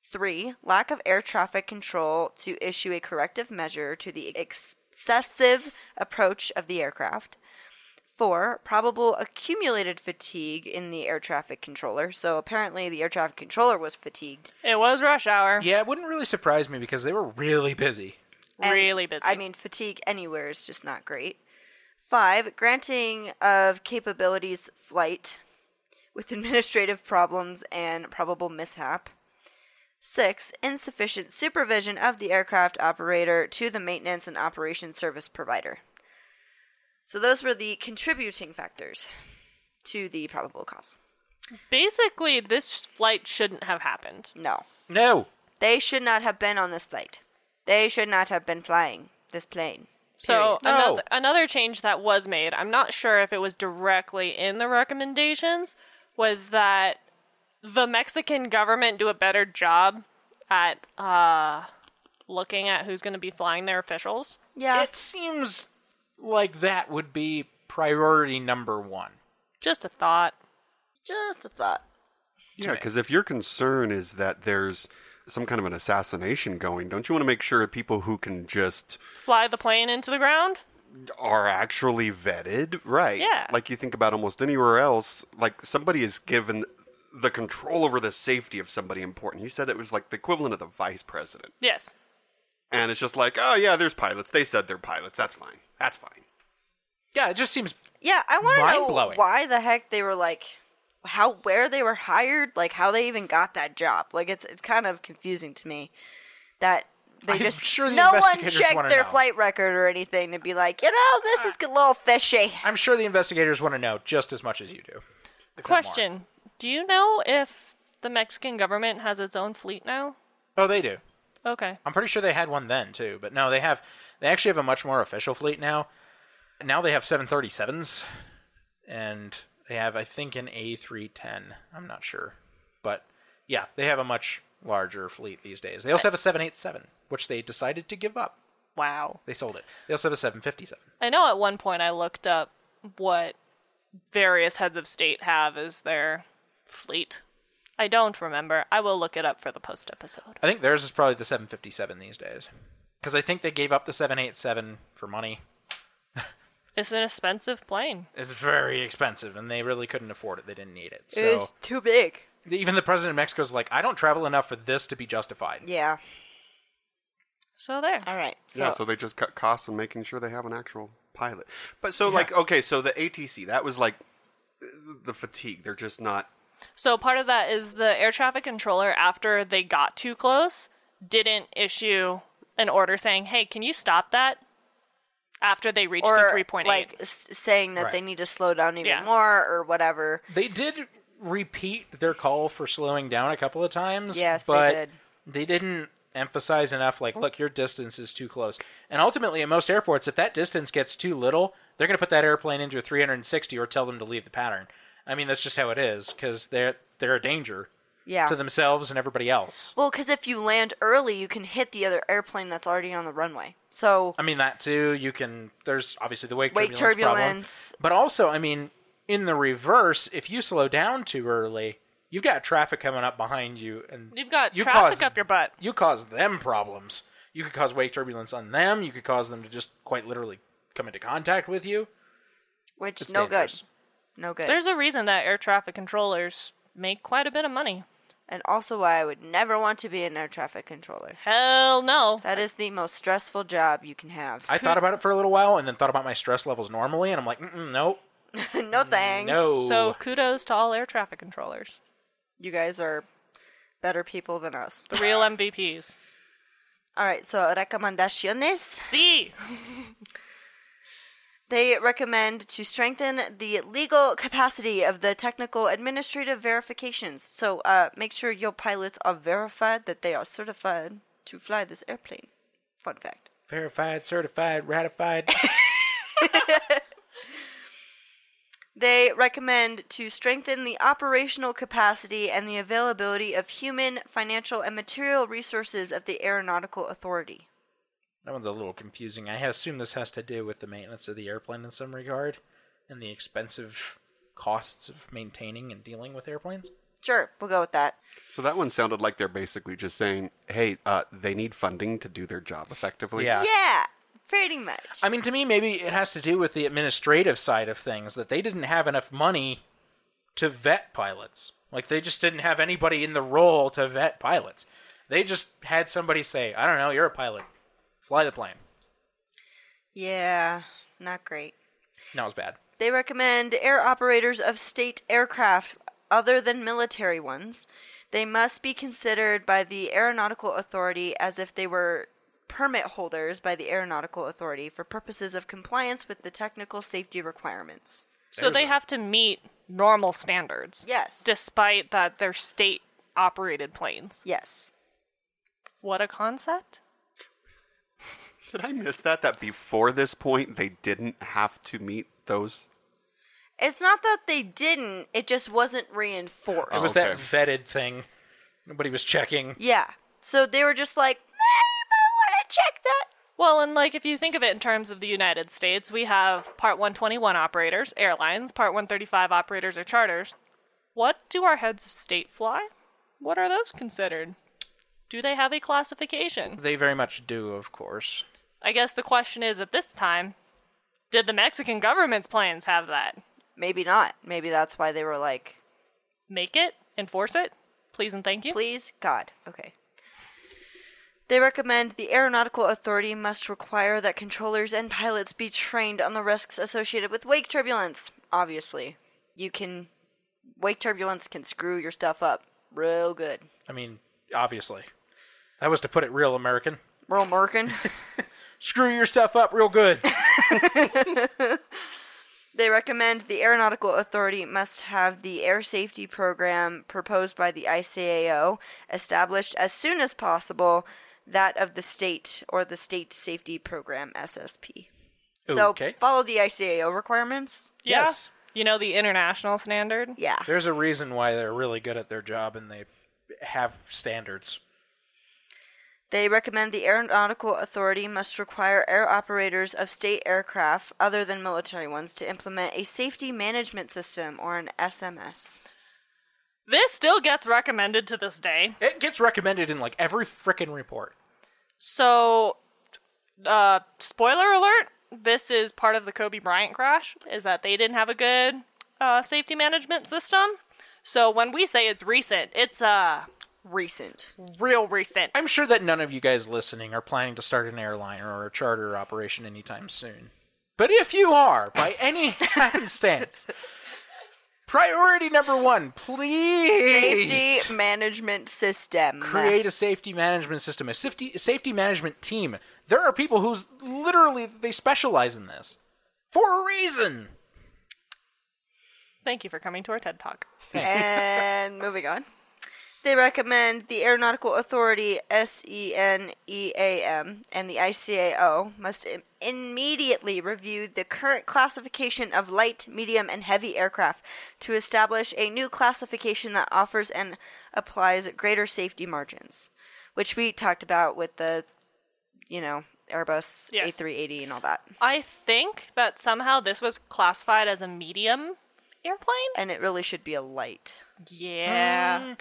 Three, lack of air traffic control to issue a corrective measure to the excessive approach of the aircraft. Four, probable accumulated fatigue in the air traffic controller. So apparently the air traffic controller was fatigued. It was rush hour. Yeah, it wouldn't really surprise me because they were really busy. And, Really busy. I mean, fatigue anywhere is just not great. Five, granting of capabilities flight with administrative problems and probable mishap. Six, insufficient supervision of the aircraft operator to the maintenance and operation service provider. So those were the contributing factors to the probable cause. Basically, this flight shouldn't have happened. No, No. they should not have been on this flight. They should not have been flying this plane. So Period. No. another, another change that was made, I'm not sure if it was directly in the recommendations, was that the Mexican government do a better job at uh, looking at who's going to be flying their officials. Yeah. It seems like that would be priority number one. Just a thought. just a thought. yeah, because if your concern is that there's some kind of an assassination going, don't you want to make sure people who can just Fly the plane into the ground. are actually vetted, right? Yeah. Like you think about almost anywhere else, like somebody is given the control over the safety of somebody important. You said it was like the equivalent of the vice president. Yes. And it's just like, oh yeah, there's pilots. They said they're pilots. That's fine. That's fine. Yeah, it just seems Yeah, I want to know Mind-blowing. why the heck they were like how where they were hired, like how they even got that job. Like it's it's kind of confusing to me that they I'm just sure the no one investigators checked wanna their know. flight record or anything to be like, you know, this is Uh. a little fishy. I'm sure the investigators want to know just as much as you do. if not more. Question: Do you know if the Mexican government has its own fleet now? Oh, they do. Okay. I'm pretty sure they had one then too, but no, they have. They actually have a much more official fleet now. Now they have 737s, and they have, I think, an A310. I'm not sure, but yeah, they have a much larger fleet these days. They also have a 787, which they decided to give up. Wow. They sold it. They also have a 757. I know at one point I looked up what various heads of state have as their fleet. I don't remember. I will look it up for the post episode. I think theirs is probably the 757 these days, because I think they gave up the 787 for money. It's an expensive plane. It's very expensive, and they really couldn't afford it. They didn't need it. So It's too big. even the president of Mexico's like, I don't travel enough for this to be justified. Yeah. So there. All right. So, yeah, so they just cut costs and making sure they have an actual pilot. But so like okay, so the ATC, that was like uh, the fatigue. They're just not So part of that is the air traffic controller after they got too close didn't issue an order saying, "Hey, can you stop that?" after they reached the or 3.8. like s- saying that they Right. need to slow down even Yeah. more or whatever. They did repeat their call for slowing down a couple of times. Yes, they but did. They didn't emphasize enough. Like, look, your distance is too close. And ultimately, at most airports, if that distance gets too little, they're going to put that airplane into a 360 or tell them to leave the pattern. I mean, that's just how it is because they're they're a danger Yeah. to themselves and everybody else. Well, because if you land early, you can hit the other airplane that's already on the runway. So I mean that too. You can. There's obviously the wake, Wake turbulence, problem. turbulence. but also I mean, in the reverse, if you slow down too early, you've got traffic coming up behind you, and You've got you traffic cause- up your butt. You cause them problems. You could cause wake turbulence on them. You could cause them to just quite literally come into contact with you. which It's no dangerous. good. No good. There's a reason that air traffic controllers make quite a bit of money. and also why I would never want to be an air traffic controller. Hell no. That is the most stressful job you can have. I thought about it for a little while, and then thought about my stress levels normally, and I'm like, Mm-mm, no, no thanks. no. So kudos to all air traffic controllers, You guys are better people than us. the real MVPs. All right, so recomendaciones. See, They recommend to strengthen the legal capacity of the technical administrative verifications. So uh, make sure your pilots are verified that they are certified to fly this airplane. Fun fact. verified, certified, ratified. They recommend to strengthen the operational capacity and the availability of human, financial, and material resources of the Aeronautical Authority. That one's a little confusing. I assume this has to do with the maintenance of the airplane in some regard and the expensive costs of maintaining and dealing with airplanes. Sure, we'll go with that. So that one sounded like they're basically just saying, "Hey, uh, they need funding to do their job effectively." Yeah. Yeah, pretty much. I mean, to me, maybe it has to do with the administrative side of things that they didn't have enough money to vet pilots. Like, they just didn't have anybody in the role to vet pilots. They just had somebody say, I don't know, you're a pilot. Fly the plane. yeah, not great. No, it's bad. They recommend air operators of state aircraft other than military ones. They must be considered by the Aeronautical Authority as if they were permit holders by the Aeronautical Authority for purposes of compliance with the technical safety requirements. So they have to meet normal standards. Yes. Despite that they're state operated planes. yes. What a concept. Did I miss that? That before this point, they didn't have to meet those. It's not that they didn't, it just wasn't reinforced. It was okay. that vetted thing. Nobody was checking. Yeah. So they were just like, I want to check that. Well, and like if you think of it in terms of the United States, we have Part 121 operators, airlines, Part 135 operators or charters. What do our heads of state fly? What are those considered? Do they have a classification? They very much do, of course. I guess the question is at this time, did the Mexican government's planes have that? Maybe not. Maybe that's why they were like, Make it, enforce it, please and thank you. Please, God. Okay. They recommend the aeronautical authority must require that controllers and pilots be trained on the risks associated with wake turbulence. Obviously, you can. Wake turbulence can screw your stuff up real good. I mean, obviously. That was to put it real American. Real merkin. Screw your stuff up real good. They recommend the Aeronautical Authority must have the air safety program proposed by the ICAO established as soon as possible, that of the state or the State Safety Program SSP. Okay. So follow the ICAO requirements. Yeah. Yes. You know the international standard? Yeah. There's a reason why they're really good at their job and they have standards. They recommend the Aeronautical Authority must require air operators of state aircraft other than military ones to implement a safety management system or an SMS. This still gets recommended to this day. It gets recommended in like every frickin' report. So, uh, spoiler alert: this is part of the Kobe Bryant crash. Is that they didn't have a good uh, safety management system. So when we say it's recent, it's uh Recent. real recent. I'm sure that none of you guys listening are planning to start an airline or a charter operation anytime soon. But if you are, by any happenstance, priority number one, please Safety management system. create a safety management system, a safety safety management team. There are people who's literally they specialize in this for a reason. Thank you for coming to our TED Talk. and moving on. They recommend the Aeronautical Authority E SENEAM and the ICAO must im- immediately review the current classification of light, medium, and heavy aircraft to establish a new classification that offers and applies greater safety margins, which we talked about with the, you know, Airbus Yes. A380 and all that. I think that somehow this was classified as a medium airplane. And it really should be a light. Mm. Yeah.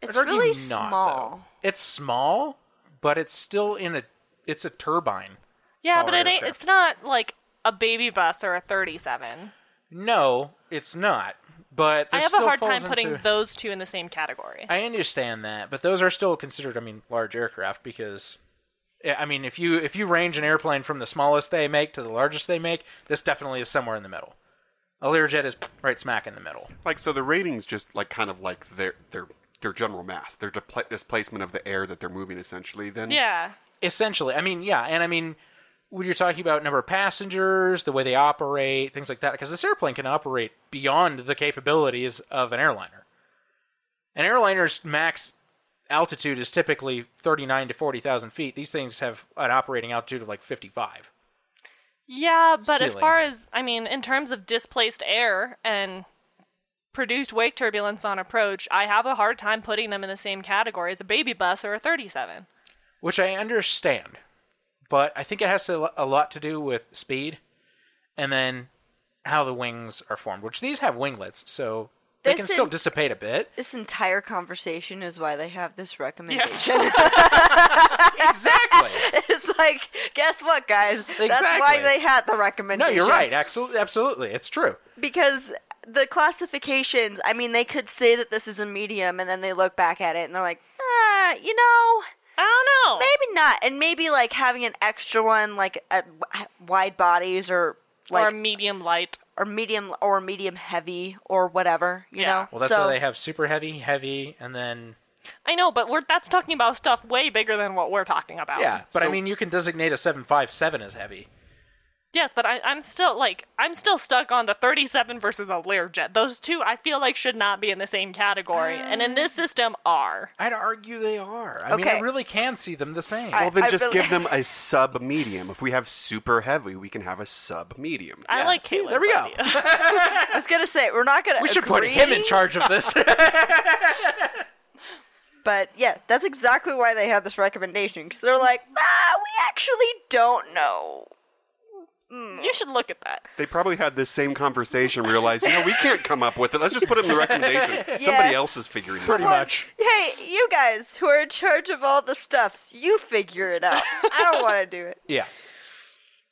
It's I'd argue really not, small. though. It's small, but it's still in a it's a turbine. yeah, but Power it ain't. aircraft. It's not like a baby bus or a thirty-seven. No, it's not. But I this have a still hard falls time putting into- those two in the same category. I understand that, but those are still considered, I mean, large aircraft because, yeah, I mean, if you if you range an airplane from the smallest they make to the largest they make, this definitely is somewhere in the middle. A Learjet is right smack in the middle. Like, so the ratings just like kind of like their their their general mass, their depl- displacement of the air that they're moving, essentially. Then yeah. Essentially, I mean, yeah, and I mean, when you're talking about number of passengers, the way they operate, things like that, because this airplane can operate beyond the capabilities of an airliner. An airliner's max altitude is typically 39 to 40,000 feet. These things have an operating altitude of like 55. Yeah, but as Ceiling. far as I mean, in terms of displaced air and produced wake turbulence on approach, I have a hard time putting them in the same category as a baby bus or a 37. which I understand, but I think it has to, a lot to do with speed, and then how the wings are formed. Which these have winglets, so they can This still is- dissipate a bit. This entire conversation is why they have this recommendation. Exactly. it's like, guess what, guys? That's why Exactly. they had the no, recommendation. you're right. Absolutely, absolutely, it's true. Because the classifications, I mean, they could say that this is a medium, and then they look back at it and they're like, uh, you know, I don't know. maybe not. And maybe like having an extra one, like at w- wide bodies or like or a medium light. or medium or medium heavy or whatever, you Yeah. know. Well, that's so, why they have super heavy, heavy, and then I know, but we're that's talking about stuff way bigger than what we're talking about. yeah. But I mean, you can designate a seven five seven as heavy. Yes, but I, I'm still like I'm still stuck on the 37 versus a Learjet. Those two I feel like should not be in the same category, and in Ah. this system are. I'd argue they are. I mean, I Okay. really can see them the same. I- Well, then I just really- give them a sub medium. If we have super heavy, we can have a sub medium. I like Caitlin's there we go. idea. I was gonna say we're not gonna. we should put agree, him in charge of this. But yeah, that's exactly why they had this recommendation because they're like, ah, we actually don't know. you should look at that. They probably had this same conversation, realized, you know, we can't come up with it. Let's just put it in the recommendation. Somebody else is figuring this Pretty out. much. Hey, you guys who are in charge of all the stuffs, you figure it out. I don't want to do it. Yeah.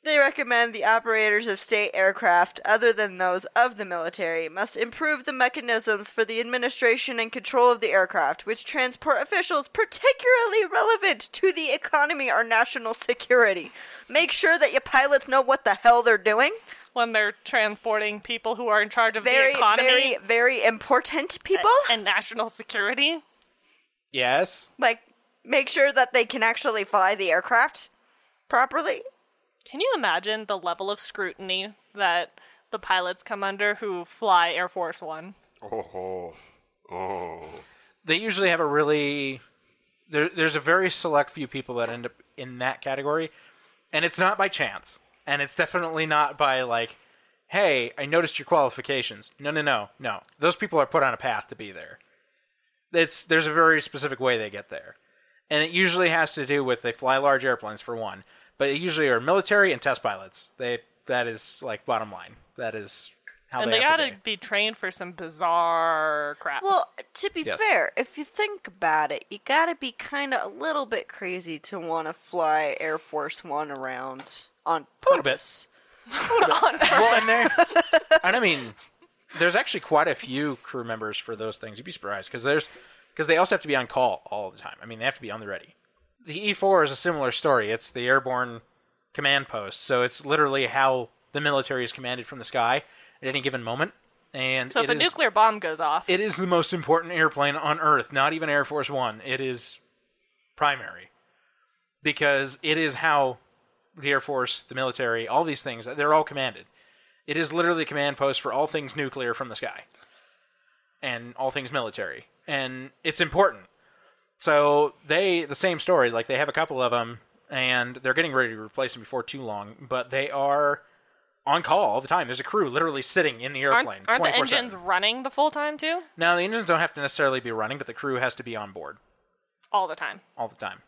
They recommend the operators of state aircraft, other than those of the military, must improve the mechanisms for the administration and control of the aircraft, which transport officials particularly relevant to the economy or national security. Make sure that your pilots know what the hell they're doing. When they're transporting people who are in charge of Very, the economy very, very important people. and national security. Yes. like, make sure that they can actually fly the aircraft properly. Can you imagine the level of scrutiny that the pilots come under who fly Air Force One? Oh, oh, oh. they usually have a really there, there's a very select few people that end up in that category and it's not by chance and it's definitely not by like hey i noticed your qualifications no no no no those people are put on a path to be there it's there's a very specific way they get there and it usually has to do with they fly large airplanes for one but it usually are military and test pilots they that is like bottom line that is how and Oh, they, they have to gotta be. be trained for some bizarre crap. Well, to be Yes. fair, if you think about it, you gotta be kind of a little bit crazy to want to fly Air Force One around on A little bit. well, and there, and I mean, there's actually quite a few crew members for those things. You'd be surprised because there's because they also have to be on call all the time. I mean, they have to be on the ready. The E four is a similar story. It's the airborne command post, so it's literally how the military is commanded from the sky at any given moment. And so if it a is- nuclear bomb goes off, it is the most important airplane on Earth, not even Air Force One. It is primary because it is how the Air Force, the military, all these things, they're all commanded. It is literally a command post for all things nuclear from the sky and all things military. And it's important. So they, the same story, like they have a couple of them and they're getting ready to replace them before too long, but they are on call all the time. There's a crew literally sitting in the aren't, airplane. aren't the 24/7. engines running the full time too? Now, the engines don't have to necessarily be running, but the crew has to be on board All the time. all the time.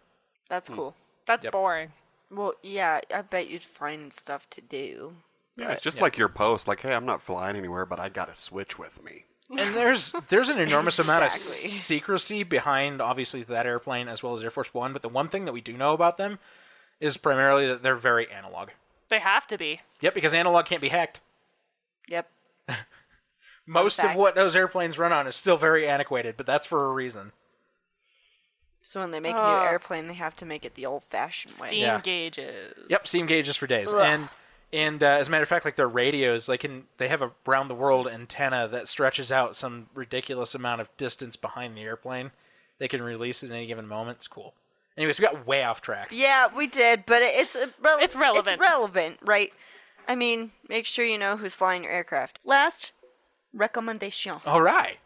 That's cool. That's Yep. boring. Well, yeah, I bet you'd find stuff to do. Yeah, it's just like your post. Like, hey, I'm not flying anywhere, but I got a switch with me. And there's there's an enormous amount of Exactly. secrecy behind obviously that airplane as well as Air Force 1, but the one thing that we do know about them is primarily that they're very analog. They have to be. Yep, because analog can't be hacked. Yep. Most of fact. what those airplanes run on is still very antiquated, but that's for a reason. So when they make a Ah. new airplane, they have to make it the old-fashioned way. Steam Yeah. gauges. Yep, steam gauges for days. Ugh. And and uh, as a matter of fact, like their radios, they can they have a round the world antenna that stretches out some ridiculous amount of distance behind the airplane. They can release it at any given moment. It's cool. Anyways, we got way off track. Yeah, we did, but it- it's uh, rel- It's relevant. It's relevant, right? I mean, make sure you know who's flying your aircraft. Last recommendation. All right.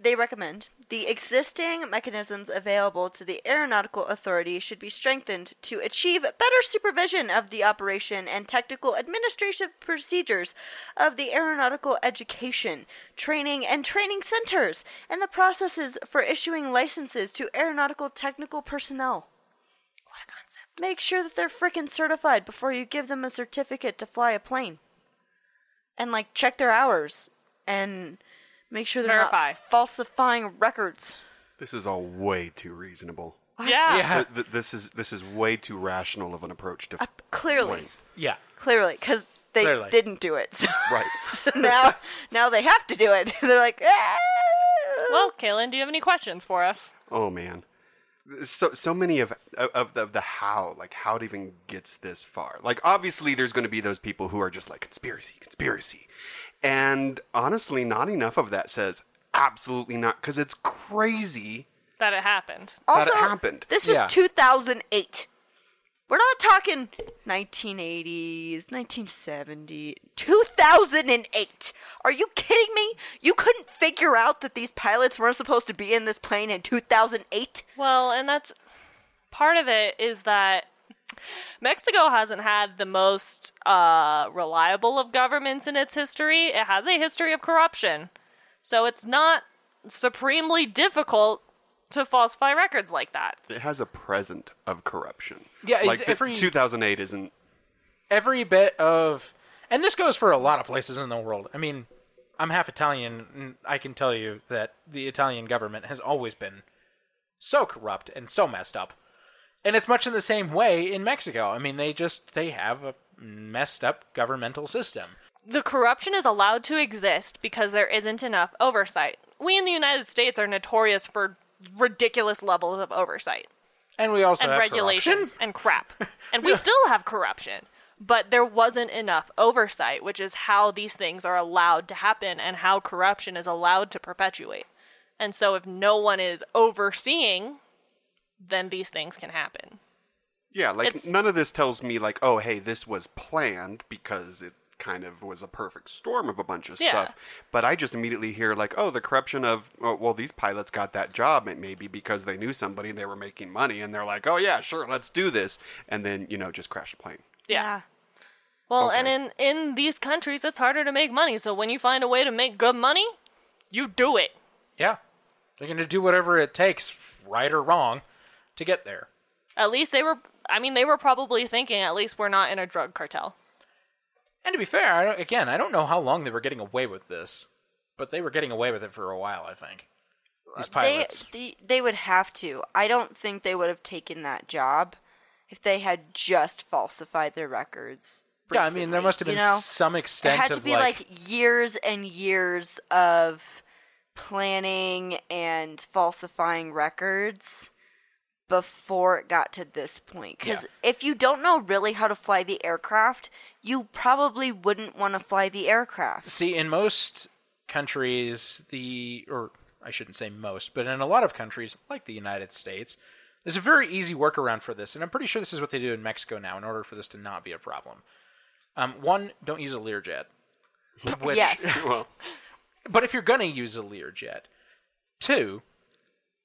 They recommend The existing mechanisms available to the aeronautical authority should be strengthened to achieve better supervision of the operation and technical administrative procedures of the aeronautical education, training, and training centers, and the processes for issuing licenses to aeronautical technical personnel. What a concept. Make sure that they're frickin' certified before you give them a certificate to fly a plane. And like check their hours and make sure they're Verify. not falsifying records. This is all way too reasonable. Yeah. Yeah. Th- th- this is this is way too rational of an approach to Uh, clearly. planes. Yeah. Clearly, because they Clearly. didn't do it. So, Right. so now now they have to do it. they're like, "Ah." Well, Kaylin, do you have any questions for us? Oh man, so so many of of of the how, like how it even gets this far. Like obviously, there's going to be those people who are just like conspiracy, conspiracy, and honestly, not enough of that says absolutely not because it's crazy That it happened. that also it happened. This was Yeah. 2008. We're not talking 1980s, 1970, 2008. Are you kidding me? You couldn't figure out that these pilots weren't supposed to be in this plane in 2008? Well, and that's part of it is that Mexico hasn't had the most uh, reliable of governments in its history. It has a history of corruption. So it's not supremely difficult to falsify records like that. It has a present of corruption. Yeah, it- like the every- 2008 isn't. every bit of and this goes for a lot of places in the world i mean i'm half italian and i can tell you that the italian government has always been so corrupt and so messed up and it's much in the same way in mexico i mean they just they have a messed up governmental system the corruption is allowed to exist because there isn't enough oversight. We in the United States are notorious for ridiculous levels of oversight and we also and have regulations corruption. and crap. And we still have corruption, but there wasn't enough oversight, which is how these things are allowed to happen and how corruption is allowed to perpetuate. And so if no one is overseeing, then these things can happen. Yeah, like It's- none of this tells me like, oh, hey, this was planned because it kind of was a perfect storm of a bunch of Yeah. stuff. But I just immediately hear like, oh, the corruption of oh, well, these pilots got that job it maybe because they knew somebody and they were making money and they're like, oh yeah, sure, let's do this, and then you know just crash the plane. Yeah. Well, and Okay. in in these countries, it's harder to make money. So when you find a way to make good money, you do it. yeah they're going to do whatever it takes right or wrong to get there At least they were. I mean, they were probably thinking. At least we're not in a drug cartel. and to be fair I don't, again i don't know how long they were getting away with this but they were getting away with it for a while i think these They, pilots they they would have to. I don't think they would have taken that job if they had just falsified their records. Yeah, I mean, there recently, must have been you know? some extent It had to of, be like- like, years and years of planning and falsifying records before it got to this point. Because if you don't know really how to fly the aircraft, you probably wouldn't want to fly the aircraft. See, in most countries, the or I shouldn't say most, but in a lot of countries like the United States, there's a very easy workaround for this, and I'm pretty sure this is what they do in Mexico now in order for this to not be a problem. Um, one, don't use a Learjet. Which, yes. well, But if you're gonna use a Learjet, two,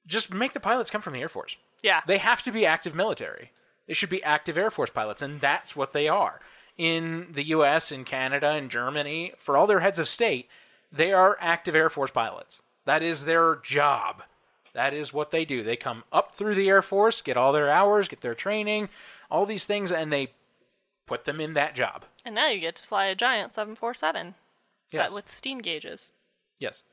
just make the pilots come from the Air Force. Yeah. They have to be active military. They should be active Air Force pilots, and that's what they are. In the US, in Canada, in Germany, for all their heads of state, they are active Air Force pilots. That is their job. That is what they do. They come up through the Air Force, get all their hours, get their training, all these things, and they put them in that job. and now you get to fly a giant seven four seven, Yes. but with steam gauges. yes.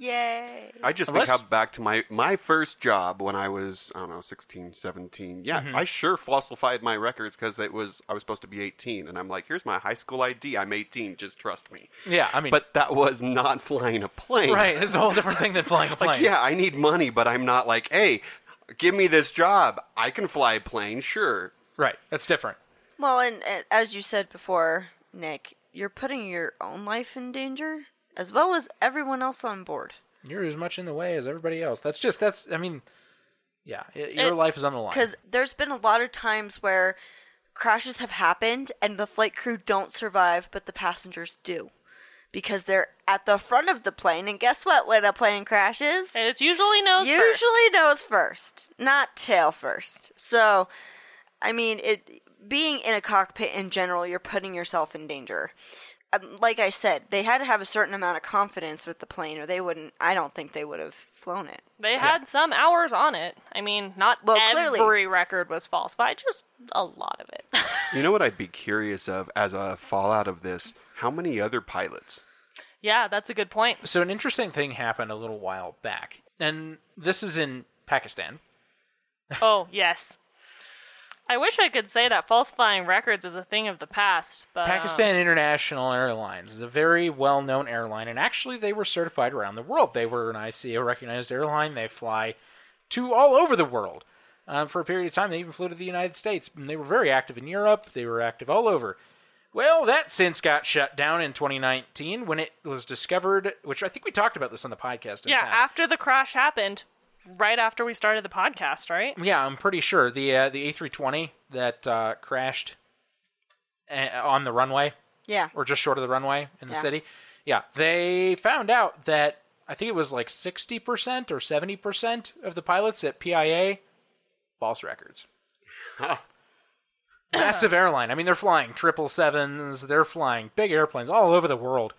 Yay. I just Unless- think how back to my my first job when I was I don't know 16, 17. Yeah, Mm-hmm. I sure falsified my records because it was I was supposed to be eighteen, and I'm like, here's my high school ID. I'm eighteen. Just trust me. Yeah, I mean, But that was not flying a plane. right, it's a whole different thing than flying a plane. Like, yeah, I need money, but I'm not like, hey, give me this job. I can fly a plane, sure. Right, that's different. Well, and, and as you said before, Nick, you're putting your own life in danger as well as everyone else on board. You're as much in the way as everybody else. That's just that's. I mean, yeah, y- your It- life is on the line. Because there's been a lot of times where crashes have happened and the flight crew don't survive, but the passengers do. because they're at the front of the plane. And guess what? When a plane crashes, And it's usually nose usually first. nose first, not tail first. So, I mean, it being in a cockpit in general, you're putting yourself in danger. Um, like I said, they had to have a certain amount of confidence with the plane, or they wouldn't. I don't think they would have flown it. They had some hours on it. I mean, not Well, every clearly. record was false, but just a lot of it. You know what I'd be curious of as a fallout of this? How many other pilots? yeah, that's a good point. So an interesting thing happened a little while back, and this is in Pakistan. Oh, yes. I wish I could say that false flying records is a thing of the past, but uh, Pakistan International Airlines is a very well known airline, and actually, they were certified around the world. They were an ICO recognized airline. They fly to all over the world. Um, for a period of time, they even flew to the United States, and they were very active in Europe. They were active all over. Well, that since got shut down in 2019 when it was discovered, which I think we talked about this on the podcast. In the yeah, past. after the crash happened, right after we started the podcast, right? Yeah, I'm pretty sure the uh, the A320 that uh, crashed uh, on the runway Yeah. or just short of the runway in the Yeah. city. Yeah, they found out that I think it was like 60% or 70% of the pilots at PIA false records. Massive airline. I mean, they're flying triple sevens, they're flying big airplanes all over the world.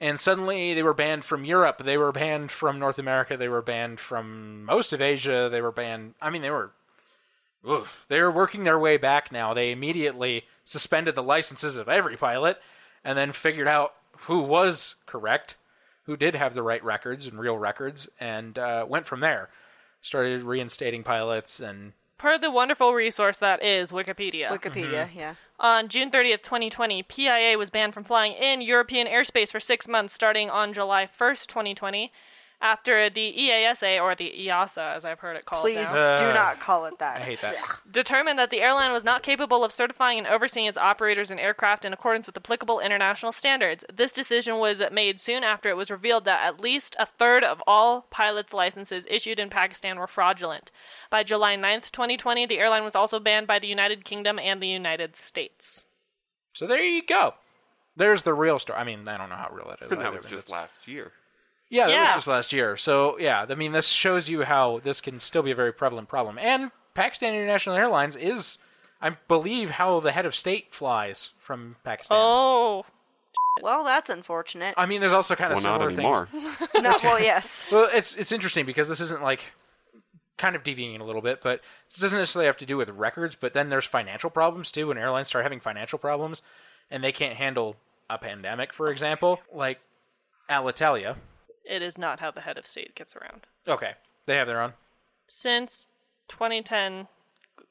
And suddenly they were banned from Europe, they were banned from North America, they were banned from most of Asia, they were banned. I mean, they were Ugh. They're working their way back now. They immediately suspended the licenses of every pilot and then figured out who was correct, who did have the right records and real records, and uh, went from there. Started reinstating pilots and Per the wonderful resource that is Wikipedia. Wikipedia, yeah. On June 30th, 2020, PIA was banned from flying in European airspace for six months starting on July 1st, 2020, after the E EASA, or the EASA as I've heard it called Please now, Uh, do not call it that. I hate that. determined that the airline was not capable of certifying and overseeing its operators and aircraft in accordance with applicable international standards. This decision was made soon after it was revealed that at least a third of all pilots' licenses issued in Pakistan were fraudulent. By July 9th, 2020, the airline was also banned by the United Kingdom and the United States. So there you go. There's the real story. I mean, I don't know how real that is. either, That was but just it's- last year. Yeah, that was Yes. just last year. So yeah, I mean, this shows you how this can still be a very prevalent problem. And Pakistan International Airlines is, I believe, how the head of state flies from Pakistan. Oh. Well, that's unfortunate. I mean, there's also kind of well, not similar anymore. things. no, well, yes. Well, it's it's interesting because this isn't like kind of deviating a little bit, but this doesn't necessarily have to do with records. But then there's financial problems too. When airlines start having financial problems, and they can't handle a pandemic, for example, like Alitalia. it is not how the head of state gets around. Okay, they have their own. Since 2010,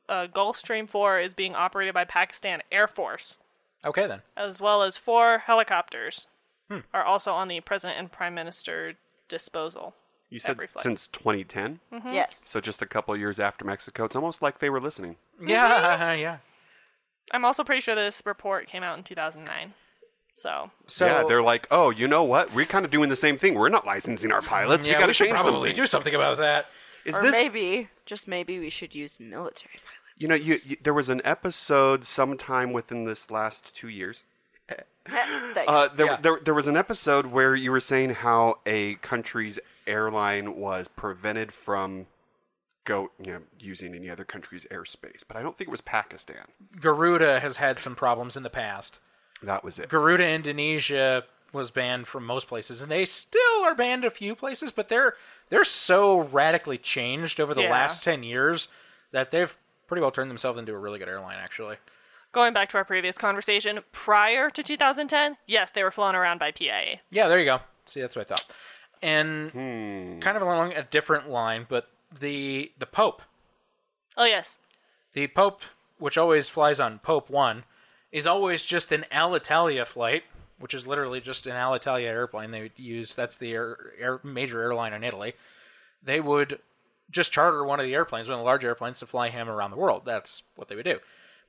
uh, Gulfstream 4 is being operated by Pakistan Air Force, Okay then. as well as four helicopters are also on the president and prime minister disposal. You said Every flight. since 2010, Mm-hmm. Yes. so just a couple years after Mexico. It's almost like they were listening. Yeah, yeah. I'm also pretty sure this report came out in 2009. So, So yeah, they're like, oh, you know what? We're kind of doing the same thing. We're not licensing our pilots. yeah, we we got to should change probably something. do something about that. Is Or this? maybe, just maybe, we should use military pilots. You know, you, you, there was an episode sometime within this last two years. Thanks. Uh, there, Yeah. there, there was an episode where you were saying how a country's airline was prevented from go you know, using any other country's airspace, but I don't think it was Pakistan. Garuda has had some problems in the past. That was it. Garuda Indonesia was banned from most places, and they still are banned a few places, but they're they're so radically changed over the Yeah. last ten years that they've pretty well turned themselves into a really good airline, actually. going back to our previous conversation, prior to 2010, yes, they were flown around by PIA. Yeah, there you go. See, that's what I thought. And Hmm. kind of along a different line, but the the Pope, Oh, yes. the Pope, which always flies on Pope One, is always just an Alitalia flight, which is literally just an Alitalia airplane. They would use that's the air, air, major airline in Italy. They would just charter one of the airplanes, one of the large airplanes, to fly him around the world. That's what they would do.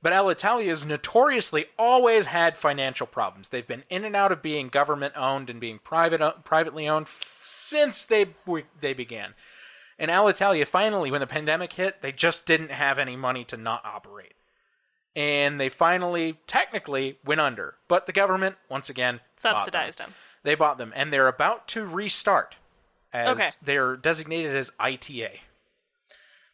But Alitalia has notoriously always had financial problems. They've been in and out of being government owned and being private uh, privately owned f- since they we, they began. And Alitalia finally, when the pandemic hit, they just didn't have any money to not operate. And they finally, technically, went under. But the government, once again, bought them. Ah, Subsidized them. They bought them, and they're about to restart as Okay. they're designated as ITA.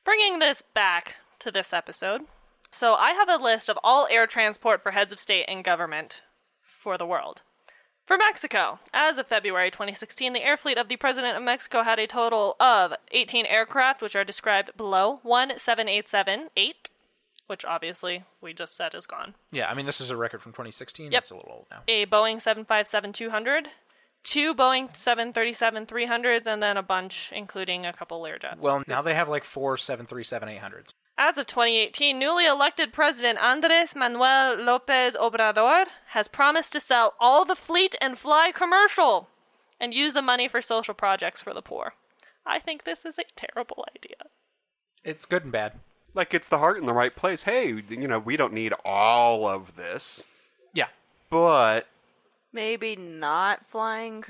Bringing this back to this episode. So, I have a list of all air transport for heads of state and government for the world. For Mexico, as of February 2016, the air fleet of the President of Mexico had a total of 18 aircraft, which are described below 17878, which obviously we just said is gone. Yeah, I mean, this is a record from 2016. That's a little old now. a Boeing 757 200, two Boeing 737 300s, and then a bunch, including a couple Learjets. Well, now they have like four 737 800s. As of 2018, newly elected President Andres Manuel Lopez Obrador has promised to sell all the fleet and fly commercial and use the money for social projects for the poor. I think this is a terrible idea. It's good and bad. Like it's the heart in the right place. Hey, you know, we don't need all of this, Yeah. but Maybe not flying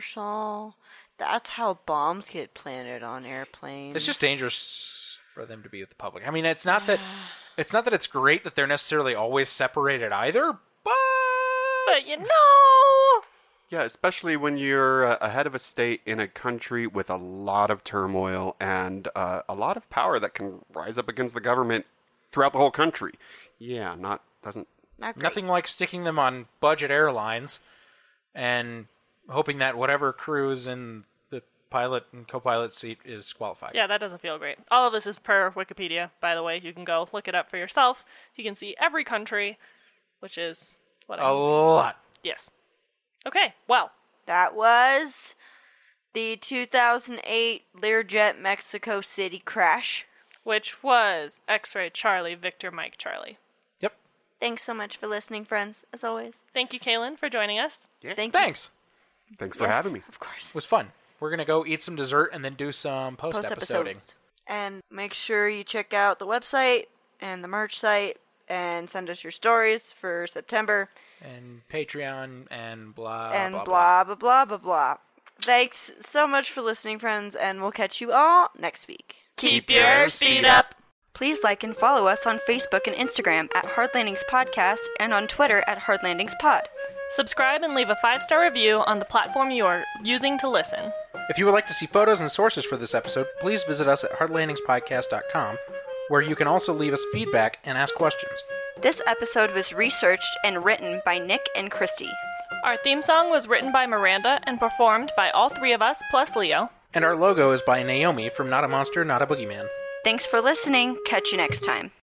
commercial. That's how bombs get planted on airplanes. It's just dangerous for them to be with the public. I mean, it's not that it's not that it's great that they're necessarily always separated either, but But you know, yeah, especially when you're uh, ahead of a state in a country with a lot of turmoil and uh, a lot of power that can rise up against the government throughout the whole country. Yeah, not doesn't Not great. nothing like sticking them on budget airlines and hoping that whatever crew's in the pilot and co-pilot seat is qualified. Yeah, that doesn't feel great. All of this is per Wikipedia, by the way. You can go look it up for yourself. You can see every country, which is what A I'm using. lot. Yes. Okay, well, That was the 2008 Learjet Mexico City crash. which was X Ray Charlie, Victor Mike Charlie. Yep. Thanks so much for listening, friends, as always. Thank you, Kaylin, for joining us. Thank you. Thanks. Thanks for Yes, having me. Of course. It was fun. We're going to go eat some dessert and then do some post Post episoding. episodes. And make sure you check out the website and the merch site and send us your stories for September And Patreon and Ah, blah and blah. blah, blah, blah, blah, blah. Thanks so much for listening, friends, and we'll catch you all next week. Keep your speed up. Please like and follow us on Facebook and Instagram at Hardlandings Podcast and on Twitter at Hardlandings Pod. Subscribe and leave a five star review on the platform you are using to listen. If you would like to see photos and sources for this episode, please visit us at heartlandingspodcast.com, where you can also leave us feedback and ask questions. This episode was researched and written by Nick and Christy. Our theme song was written by Miranda and performed by all three of us plus Leo. And our logo is by Naomi from Not a Monster, Not a Boogeyman. Thanks for listening. Catch you next time.